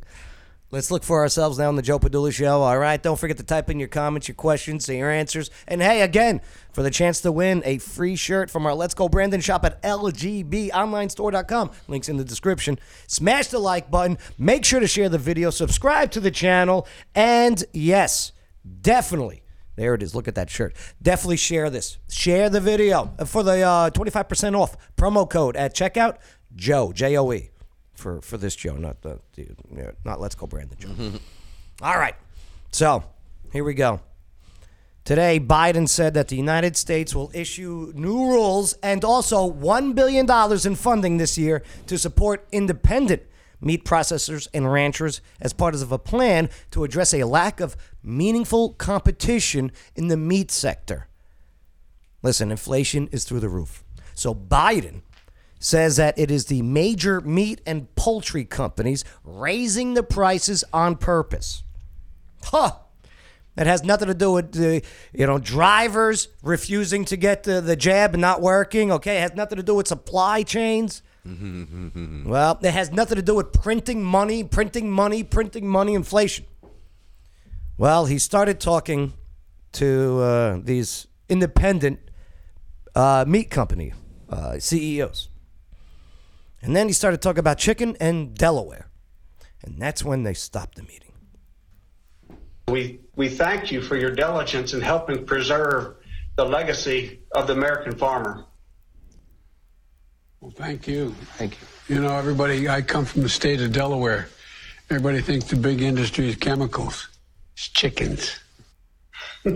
A: Let's look for ourselves now on the Joe Padula Show. All right, don't forget to type in your comments, your questions, and your answers. And hey, again, for the chance to win a free shirt from our Let's Go Brandon shop at lgbonlinestore.com. Links in the description. Smash the like button. Make sure to share the video. Subscribe to the channel. And yes, definitely. There it is. Look at that shirt. Definitely share this. Share the video for the uh, 25% off promo code at checkout. Joe, J O E for for this Joe, not the, the yeah, not Let's Go Brandon Joe. All right, so here we go. Today, Biden said that the United States will issue new rules and also one billion dollars in funding this year to support independent meat processors and ranchers as part of a plan to address a lack of meaningful competition in the meat sector. Listen, inflation is through the roof. So Biden says that it is the major meat and poultry companies raising the prices on purpose. Huh. That has nothing to do with the you know drivers refusing to get the, the jab and not working. Okay, it has nothing to do with supply chains. well, it has nothing to do with printing money, printing money, printing money, inflation. Well, he started talking to uh, these independent uh, meat company uh, CEOs. And then he started talking about chicken and Delaware. And that's when they stopped the meeting.
G: We, we thank you for your diligence in helping preserve the legacy of the American farmer.
H: Well, thank you.
I: Thank you.
H: You know, everybody, I come from the state of Delaware. Everybody thinks the big industry is chemicals. It's chickens.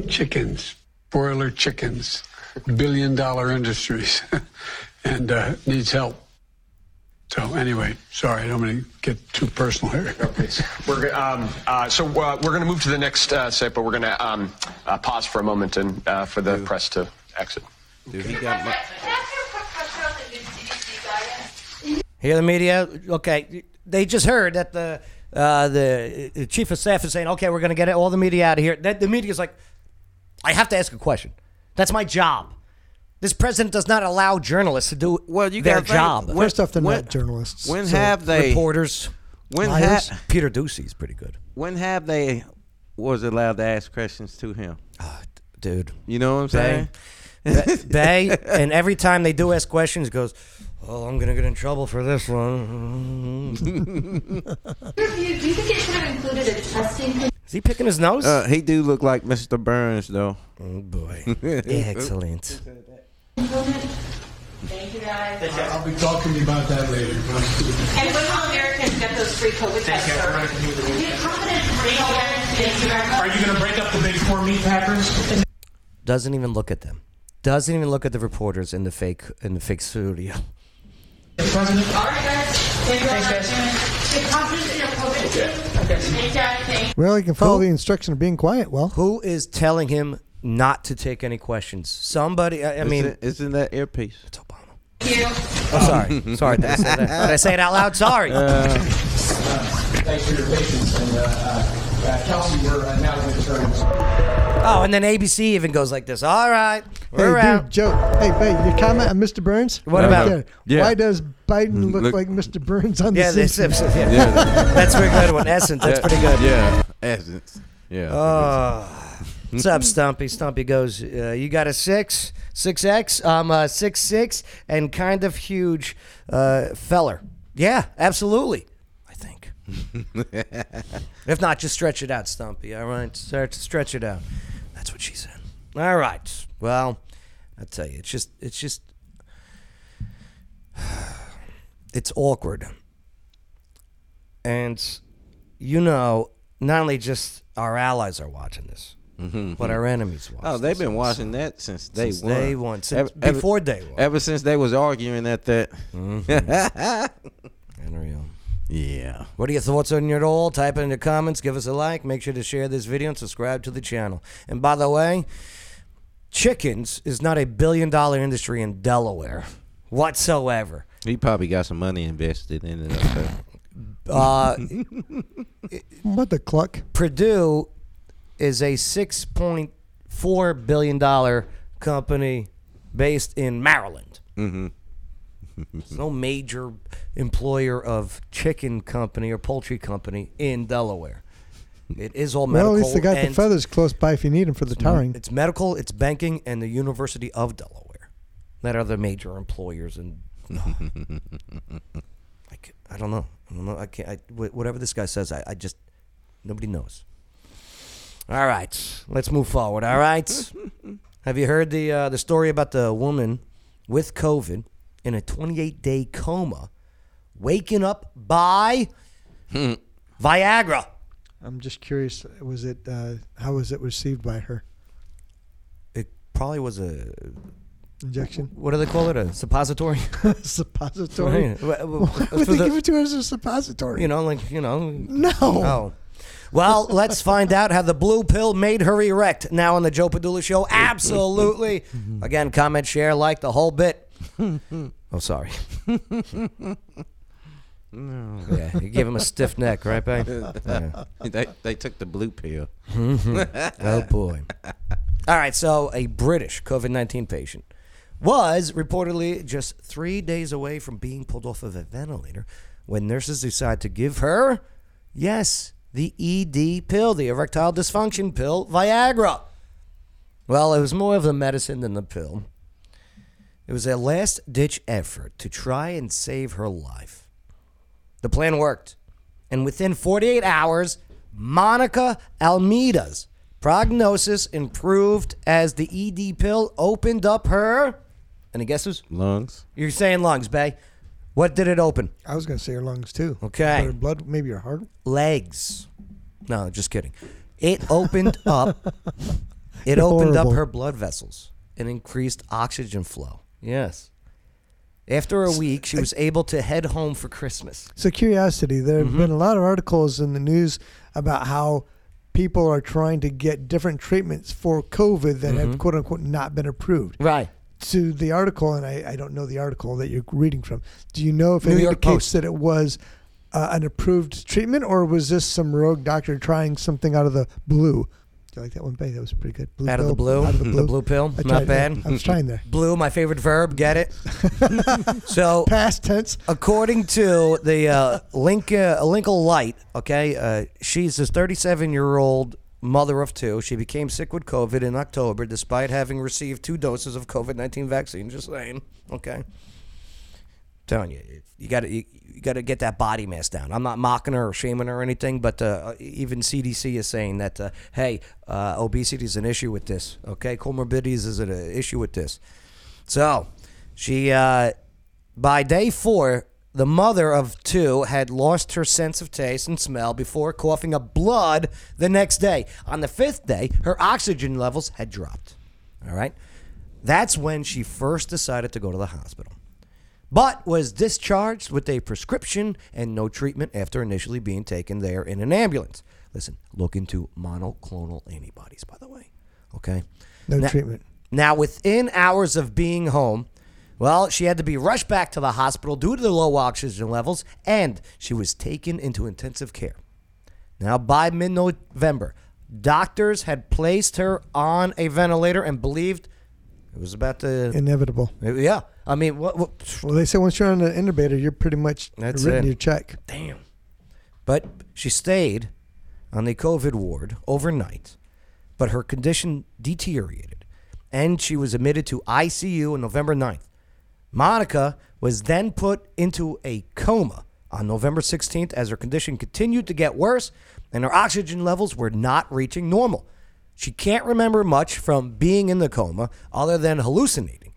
H: chickens. Broiler chickens. Billion dollar industries. and uh, needs help. So, anyway, sorry, I don't want to get too personal here.
I: We're go- um, uh, so uh, we're going to move to the next uh, set, but we're going to um, uh, pause for a moment and uh, for the press to exit.
B: Dude, he got my,
A: Hear the media? Okay, they just heard that the uh, the uh, chief of staff is saying, "Okay, we're going to get all the media out of here." That the media's like, "I have to ask a question. That's my job." This president does not allow journalists to do
B: well, you
A: their
B: gotta think,
A: job.
B: when-
C: First off, they're
B: when-
C: not journalists,
B: When
C: so
B: have they?
A: Reporters,
B: When
A: liars.
B: ha-
A: Peter Ducey's pretty good,
B: When have they was allowed to ask questions to him?
A: Ah, dude.
B: You know what I'm
A: Bay,
B: saying?
A: Ba- Bay, and every time they do ask questions, he goes, "Oh, I'm gonna get in trouble for this one."
J: Do you think it should have included a testing?
A: Is he picking his nose?
B: Uh, he do look like Mr. Burns though.
A: oh boy, excellent.
J: Thank you, guys.
H: I'll be talking to you about that later.
J: And when all Americans get those free COVID tests, sir. Be confident, free Thank you very much.
K: Are you going to break up the big four meat packers?
A: Doesn't even look at them. Doesn't even look at the reporters in the fake in the fake studio.
J: All right, guys. Thank you very much. Be confident in your COVID team. Thank you, guys. Thank you.
C: Well, he can follow
A: Who-
C: the instruction of being quiet. Well,
A: Who is telling him not to take any questions? Somebody. I, I mean,
B: isn't, isn't that earpiece?
A: it's Obama.
J: Thank you.
A: I'm sorry. sorry. Did I, say that? Did I say it out loud? Sorry.
E: Thanks for your patience. And uh, uh, uh, Kelsey, we're uh, now going to turn.
A: oh, and then ABC even goes like this. All right, we're
C: hey,
A: out.
C: dude, Joe. Hey, babe, your comment on Mr. Burns.
A: What about-
C: there.
B: Yeah.
C: Why does Biden look,
B: look-
C: like Mr. Burns on
A: Yeah,
C: the
A: that's
C: Simpsons?
A: Simpsons. Yeah.
B: Yeah,
A: that's a good one. Essence. That's pretty good.
B: Yeah, essence. Yeah.
C: Uh,
A: What's up, Stumpy? Stumpy goes, uh, You got a six, six X? I'm a six six and kind of huge uh, feller. Yeah, absolutely. I think. if not, just stretch it out, Stumpy. All right, start to stretch it out. That's what she said. All right. Well, I tell you, it's just, it's just, it's awkward, and you know, not only just our allies are watching this, but our enemies watch.
B: Mm-hmm. Oh, they've been watching that since day
A: Since
B: one.
A: day one, since before day one.
B: Ever since they was arguing at that. Mm-hmm.
A: Unreal.
B: Yeah.
A: What are your thoughts on it all? Type it in the comments. Give us a like. Make sure to share this video and subscribe to the channel. And by the way, chickens is not a billion dollar industry in Delaware whatsoever.
B: He probably got some money invested in it. Up there.
A: Uh,
C: What the cluck?
A: Purdue is a six point four billion dollar company based in Maryland.
B: Mhm.
A: There's no major employer of chicken company or poultry company in Delaware. It is all medical.
C: Well, at least they got the
A: and
C: feathers close by if you need them for the tarring.
A: It's medical, it's banking, and the University of Delaware that are the major employers. And I, c- I don't know. I don't know. I can't. I, wh- whatever this guy says, I, I just nobody knows. All right, let's move forward. All right, have you heard the uh, the story about the woman with COVID in a 28 day coma, waking up by Viagra?
C: I'm just curious. Was it uh, how was it received by her
A: It probably was a
C: injection?
A: what do they call it? A suppository.
C: suppository.
A: Right. Well, well,
C: Why would
A: for
C: they
A: the-
C: give it to her as a suppository?
A: You know, like you know.
C: No.
A: Oh. Well, let's find out how the blue pill made her erect. Now on the Joe Padula show, absolutely. Again, comment, share, like the whole bit. Oh, sorry. Oh,
B: No.
A: Yeah, you gave him a stiff neck, right, babe? Yeah.
B: they, they took the blue pill.
A: Oh boy. All right, so a British COVID nineteen patient was reportedly just three days away from being pulled off of a ventilator when nurses decide to give her, yes, the ED pill, the erectile dysfunction pill, Viagra. Well, it was more of the medicine than the pill. It was a last ditch effort to try and save her life. The plan worked. And within 48 hours, Monica Almeida's prognosis improved as the ED pill opened up her. Any guesses?
B: Lungs.
A: You're saying lungs, Bay. What did it open?
C: I was going to say her lungs too.
A: Okay.
C: But her blood, maybe her heart.
A: Legs. No, just kidding. It opened up. It
C: You're
A: opened
C: horrible.
A: up her blood vessels and increased oxygen flow. Yes. After a week, she was able to head home for Christmas.
C: So curiosity. There have been a lot of articles in the news about how people are trying to get different treatments for COVID that have quote unquote not been approved.
A: Right.
C: To the article, and I, I don't know the article that you're reading from. Do you know if it
A: New York
C: indicates that it was uh, an approved treatment, or was this some rogue doctor trying something out of the blue? Do you like that one, Bay? That was pretty good. Blue
A: out of the
C: pill,
A: blue.
C: Out of the blue.
A: pill.
C: I
A: Not
C: tried that.
A: bad.
C: I was trying there.
A: Blue, my favorite verb. Get it? so,
C: Past tense.
A: according to the uh, Link, uh, Linkle Light, okay, uh, she's a 37 year old mother of two. She became sick with COVID in October despite having received two doses of COVID 19 vaccine. Just saying. Okay. telling you, you got to you, you got to get that body mass down. I'm not mocking her or shaming her or anything, but uh, even CDC is saying that uh, hey, uh, obesity is an issue with this. Okay, comorbidities is an issue with this. So, she uh, by day four, the mother of two had lost her sense of taste and smell before coughing up blood the next day. On the fifth day, her oxygen levels had dropped. All right. That's when she first decided to go to the hospital but was discharged with a prescription and no treatment after initially being taken there in an ambulance. Listen, look into monoclonal antibodies, by the way. Okay?
C: No
A: Now-
C: treatment.
A: Now, within hours of being home, well, she had to be rushed back to the hospital due to the low oxygen levels, and she was taken into intensive care. Now, by mid November, doctors had placed her on a ventilator and believed it was about to.
C: Inevitable.
A: yeah. I mean, what, what
C: Well, they say once you're on the intubator, you're pretty much
A: That's
C: written
A: it.
C: your check.
A: Damn. But she stayed on the COVID ward overnight, but her condition deteriorated and she was admitted to ICU on November 9th. Monica was then put into a coma on November 16th as her condition continued to get worse and her oxygen levels were not reaching normal. She can't remember much from being in the coma other than hallucinating.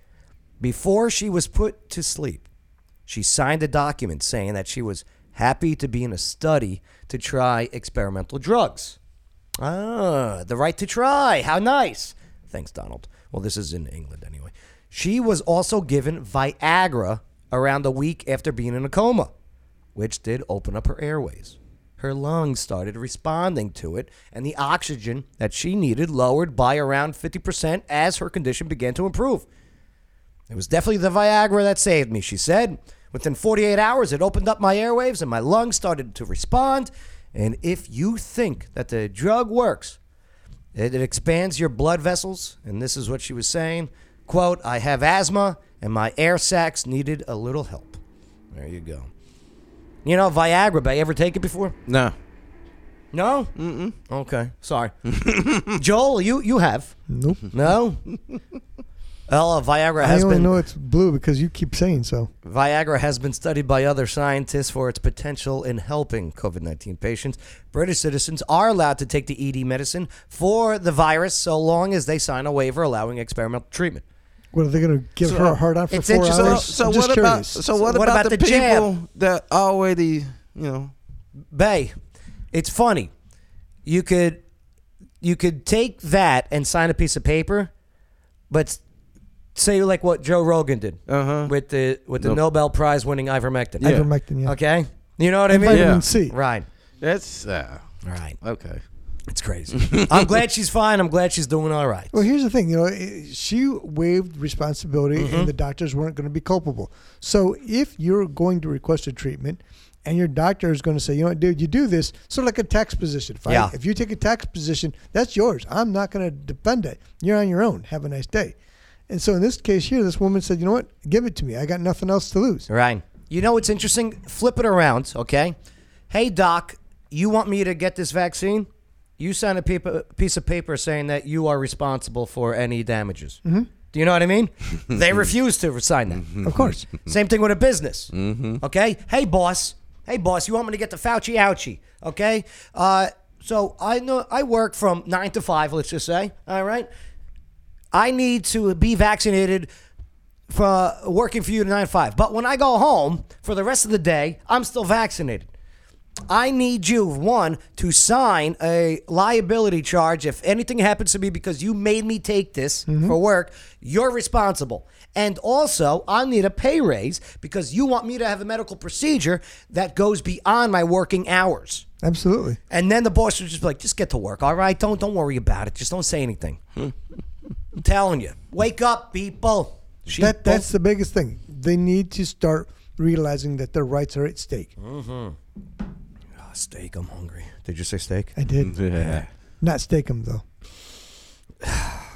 A: Before she was put to sleep, she signed a document saying that she was happy to be in a study to try experimental drugs. Ah, the right to try. How nice. Thanks, Donald. Well, this is in England anyway. She was also given Viagra around a week after being in a coma, which did open up her airways. Her lungs started responding to it, and the oxygen that she needed lowered by around 50% as her condition began to improve. It was definitely the Viagra that saved me, she said. Within 48 hours, it opened up my airwaves and my lungs started to respond. And if you think that the drug works, it, it expands your blood vessels. And this is what she was saying quote, I have asthma and my air sacs needed a little help. There you go. You know, Viagra, have I ever take it before?
B: No.
A: No? Mm-mm. Okay. Sorry. Joel, you, you have.
C: Nope.
A: No? Well, uh, Viagra
C: I
A: has
C: only
A: been
C: know it's blue because you keep saying so.
A: Viagra has been studied by other scientists for its potential in helping COVID 19 patients. British citizens are allowed to take the ED medicine for the virus so long as they sign a waiver allowing experimental treatment.
C: What are they going to give her a hard on for four hours?
B: So, so
C: I'm just
B: what about
C: curious.
B: so what, about, the, people
A: jab?
B: that already you know?
A: Bay, it's funny. You could you could take that and sign a piece of paper, but s- say like what Joe Rogan did uh-huh. with the with the
B: Nope.
A: Nobel Prize winning ivermectin.
B: Yeah.
C: Ivermectin, yeah.
A: Okay, you know what I
C: And
A: mean.
C: vitamin Yeah. C.
A: Right.
B: That's uh,
A: right.
B: Okay,
A: it's crazy. I'm glad she's fine. I'm glad she's doing all right.
C: Well, here's the thing. You know, i- she waived responsibility,
A: Mhm.
C: and the doctors weren't going to be culpable. So, if you're going to request a treatment, and your doctor is going to say, you know what, dude, you do this, sort of like a tax position fight.
A: Yeah.
C: If you take a tax position, that's yours. I'm not going to defend it. You're on your own. Have a nice day. And so, in this case here, this woman said, you know what, give it to me. I got nothing else to lose.
A: Right. You know what's interesting? Flip it around, okay? Hey, doc, you want me to get this vaccine? You sign a paper, piece of paper saying that you are responsible for any damages.
C: Mhm.
A: Do you know what I mean? they refuse to sign that.
C: Of course.
A: Same thing with a business. Okay? Hey, boss. Hey, boss, you want me to get the Fauci ouchie? Okay? Uh, so I know I work from nine to five, let's just say. All right? I need to be vaccinated for working for you to nine to five. But when I go home for the rest of the day, I'm still vaccinated. I need you, one, to sign a liability charge. If anything happens to me because you made me take this for work, you're responsible. And also, I need a pay raise because you want me to have a medical procedure that goes beyond my working hours.
C: Absolutely.
A: And then the boss would just be like, just get to work, all right? Don't don't worry about it. Just don't say anything. I'm telling you. Wake up, people. She
C: that that's the biggest thing. They need to start realizing that their rights are at stake.
A: Mm-hmm. steak, I'm hungry. Did you say steak?
C: I did.
B: Yeah.
C: Not stake them though.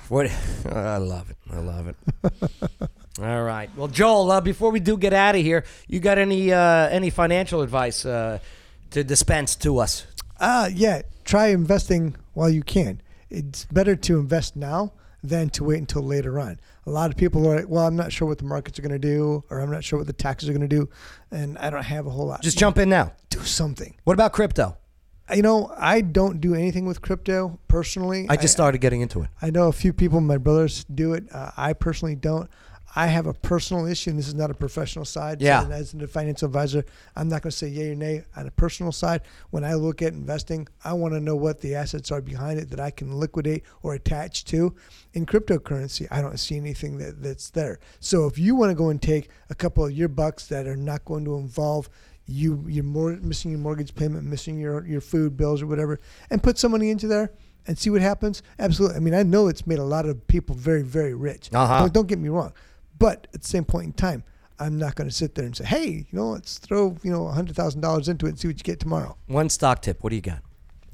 A: What? I love it. I love it. All right. Well, Joel, uh, before we do get out of here, you got any uh, any financial advice uh, to dispense to us?
C: Uh, yeah, try investing while you can. It's better to invest now than to wait until later on. A lot of people are like, well, I'm not sure what the markets are going to do, or I'm not sure what the taxes are going to do, and I don't have a whole lot.
A: Just jump in now.
C: Do something.
A: What about crypto?
C: You know, I don't do anything with crypto personally.
A: I just started getting into it.
C: I know a few people, my brothers do it. Uh, I personally don't. I have a personal issue, and this is not a professional side.
A: Yeah.
C: So as a financial advisor, I'm not going to say yay or nay on a personal side. When I look at investing, I want to know what the assets are behind it that I can liquidate or attach to. In cryptocurrency, I don't see anything that, that's there. So if you want to go and take a couple of your bucks that are not going to involve you, you're more missing your mortgage payment, missing your, your food bills or whatever, and put some money into there and see what happens. Absolutely. I mean, I know it's made a lot of people very, very rich.
A: Uh-huh.
C: Don't, don't get me wrong. But at the same point in time, I'm not going to sit there and say, hey, you know, let's throw, you know, $100,000 into it and see what you get tomorrow.
A: One stock tip. What do you got?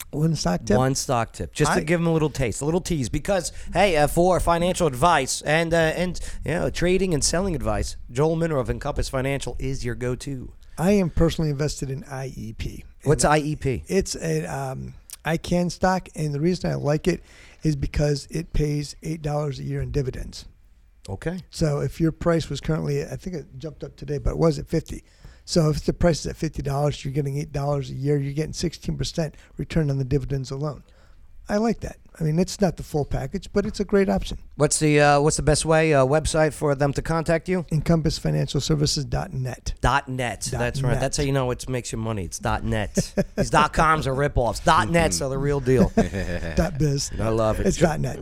C: One stock tip.
A: One stock tip, just to
C: I-
A: give them a little taste, a little tease, because hey, uh, for financial advice and uh, and you know trading and selling advice, Joel Minner of Encompass Financial is your go-to.
C: I am personally invested in IEP.
A: What's E IEP?
C: It's an um, ICANN stock. And the reason I like it is because it pays $8 a year in dividends.
A: Okay.
C: So if your price was currently, I think it jumped up today, but it was at 50. So if the price is at $50, you're getting $8 a year, you're getting 16% return on the dividends alone. I like that. I mean, it's not the full package, but it's a great option.
A: What's the uh, what's the best way uh, website for them to contact you?
C: EncompassFinancialServices.net.
A: Dot net. That's right.
C: net.
A: That's how you know it makes you money. It's dot net. These dot coms are ripoffs. Dot nets are the real deal.
C: Dot biz.
A: I love it.
C: It's dot net.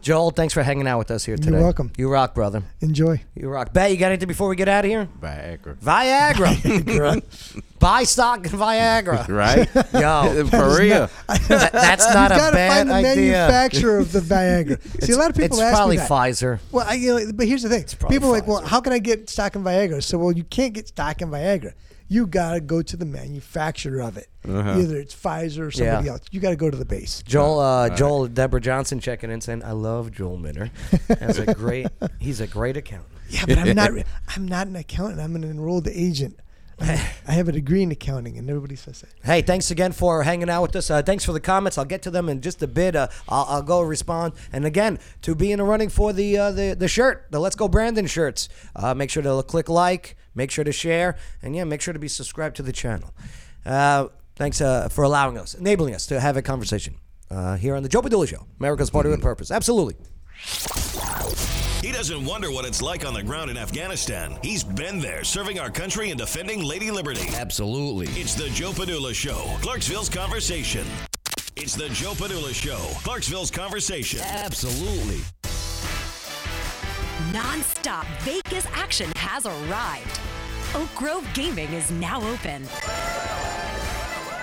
A: Joel, thanks for hanging out with us here today.
C: welcome.
A: You rock, brother.
C: Enjoy.
A: You rock. Bay, you got anything before we get out of here?
B: Viagra.
A: Viagra. Buy stock in Viagra.
B: Right?
A: Yo,
B: For real.
A: that- that's
C: You've
A: not a
C: got to
A: bad
C: find the
A: idea.
C: manufacturer of the Viagra. See, a lot of people
A: it's
C: ask
A: probably
C: me that.
A: Pfizer.
C: Well, I, you know, but here's the thing:
A: probably
C: people are like, well,
A: Pfizer.
C: how can I get stock in Viagra? So, well, you can't get stock in Viagra. You gotta go to the manufacturer of it. Either it's Pfizer or somebody
A: Uh-huh. Yeah.
C: else. You gotta go to the base.
A: Joel, uh, Joel, Deborah Johnson checking in saying, "I love Joel Minner. That's a great. he's a great accountant.
C: Yeah, but I'm not. re- I'm not an accountant. I'm an enrolled agent. I'm- I have a degree in accounting, and everybody says that.
A: Hey, thanks again for hanging out with us. Uh, thanks for the comments. I'll get to them in just a bit. Uh, I'll, I'll go respond. And again, to be in the running for the uh, the, the shirt, the Let's Go Brandon shirts. Uh, make sure to click like. Make sure to share. And yeah, make sure to be subscribed to the channel. Uh, thanks uh, for allowing us, enabling us to have a conversation uh, here on the Joe Padula Show, America's Party with Purpose. Absolutely.
D: He doesn't wonder what it's like on the ground in Afghanistan. He's been there serving our country and defending Lady Liberty.
L: Absolutely.
D: It's the Joe Padula Show, Clarksville's conversation. It's the Joe Padula Show, Clarksville's conversation.
L: Absolutely.
M: Non-stop Vegas action has arrived. Oak Grove Gaming is now open.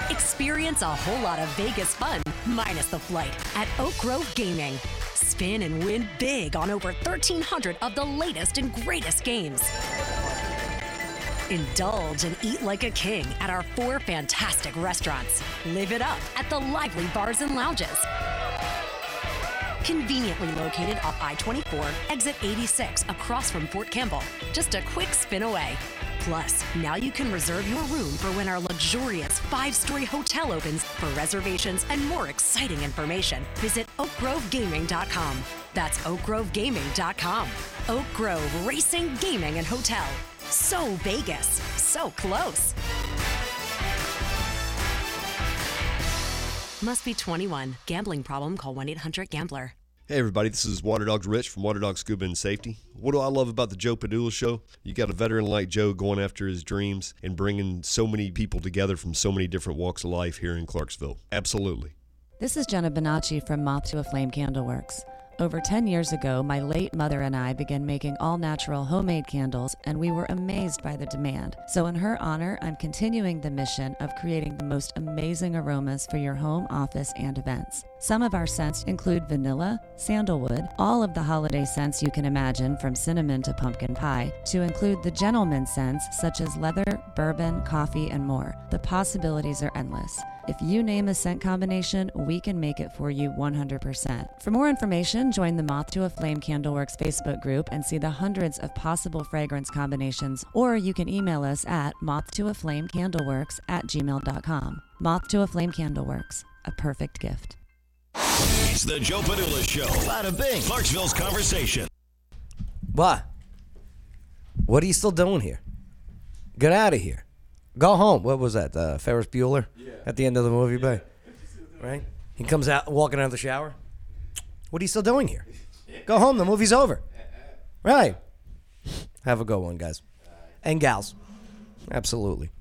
M: Experience a whole lot of Vegas fun, minus the flight, at Oak Grove Gaming. Spin and win big on over 1,300 of the latest and greatest games. Indulge and eat like a king at our four fantastic restaurants. Live it up at the lively bars and lounges. Conveniently located off I 24, exit 86, across from Fort Campbell. Just a quick spin away. Plus, now you can reserve your room for when our luxurious five story hotel opens for reservations and more exciting information. Visit oakgrovegaming.com. That's oakgrovegaming.com. Oak Grove Racing, Gaming, and Hotel. So Vegas, so close. Must be 21. Gambling problem, call 1 800 Gambler.
N: Hey everybody, this is Water Dogs Rich from Water Dog Scuba and Safety. What do I love about the Joe Padula Show? You got a veteran like Joe going after his dreams and bringing so many people together from so many different walks of life here in Clarksville. Absolutely.
O: This is Jenna Bonacci from Moth to a Flame Candleworks. Over 10 years ago, my late mother and I began making all natural homemade candles, and we were amazed by the demand. So, in her honor, I'm continuing the mission of creating the most amazing aromas for your home, office, and events. Some of our scents include vanilla, sandalwood, all of the holiday scents you can imagine, from cinnamon to pumpkin pie, to include the gentleman scents such as leather, bourbon, coffee, and more. The possibilities are endless. If you name a scent combination, we can make it for you 100%. For more information, join the Moth to a Flame Candleworks Facebook group and see the hundreds of possible fragrance combinations, or you can email us at moth to a flame candleworks at gmail.com. Moth to a Flame Candleworks, a perfect gift.
D: It's the Joe Padula Show. Bada bing. Clarksville's conversation.
A: What? What are you still doing here? Get out of here. Go home. What was that? Uh, Ferris Bueller? Yeah. At the end of the movie, babe. Right? He comes out walking out of the shower. What are you still doing here? Go home. The movie's over. Right. Have a good one, guys. And gals. Absolutely.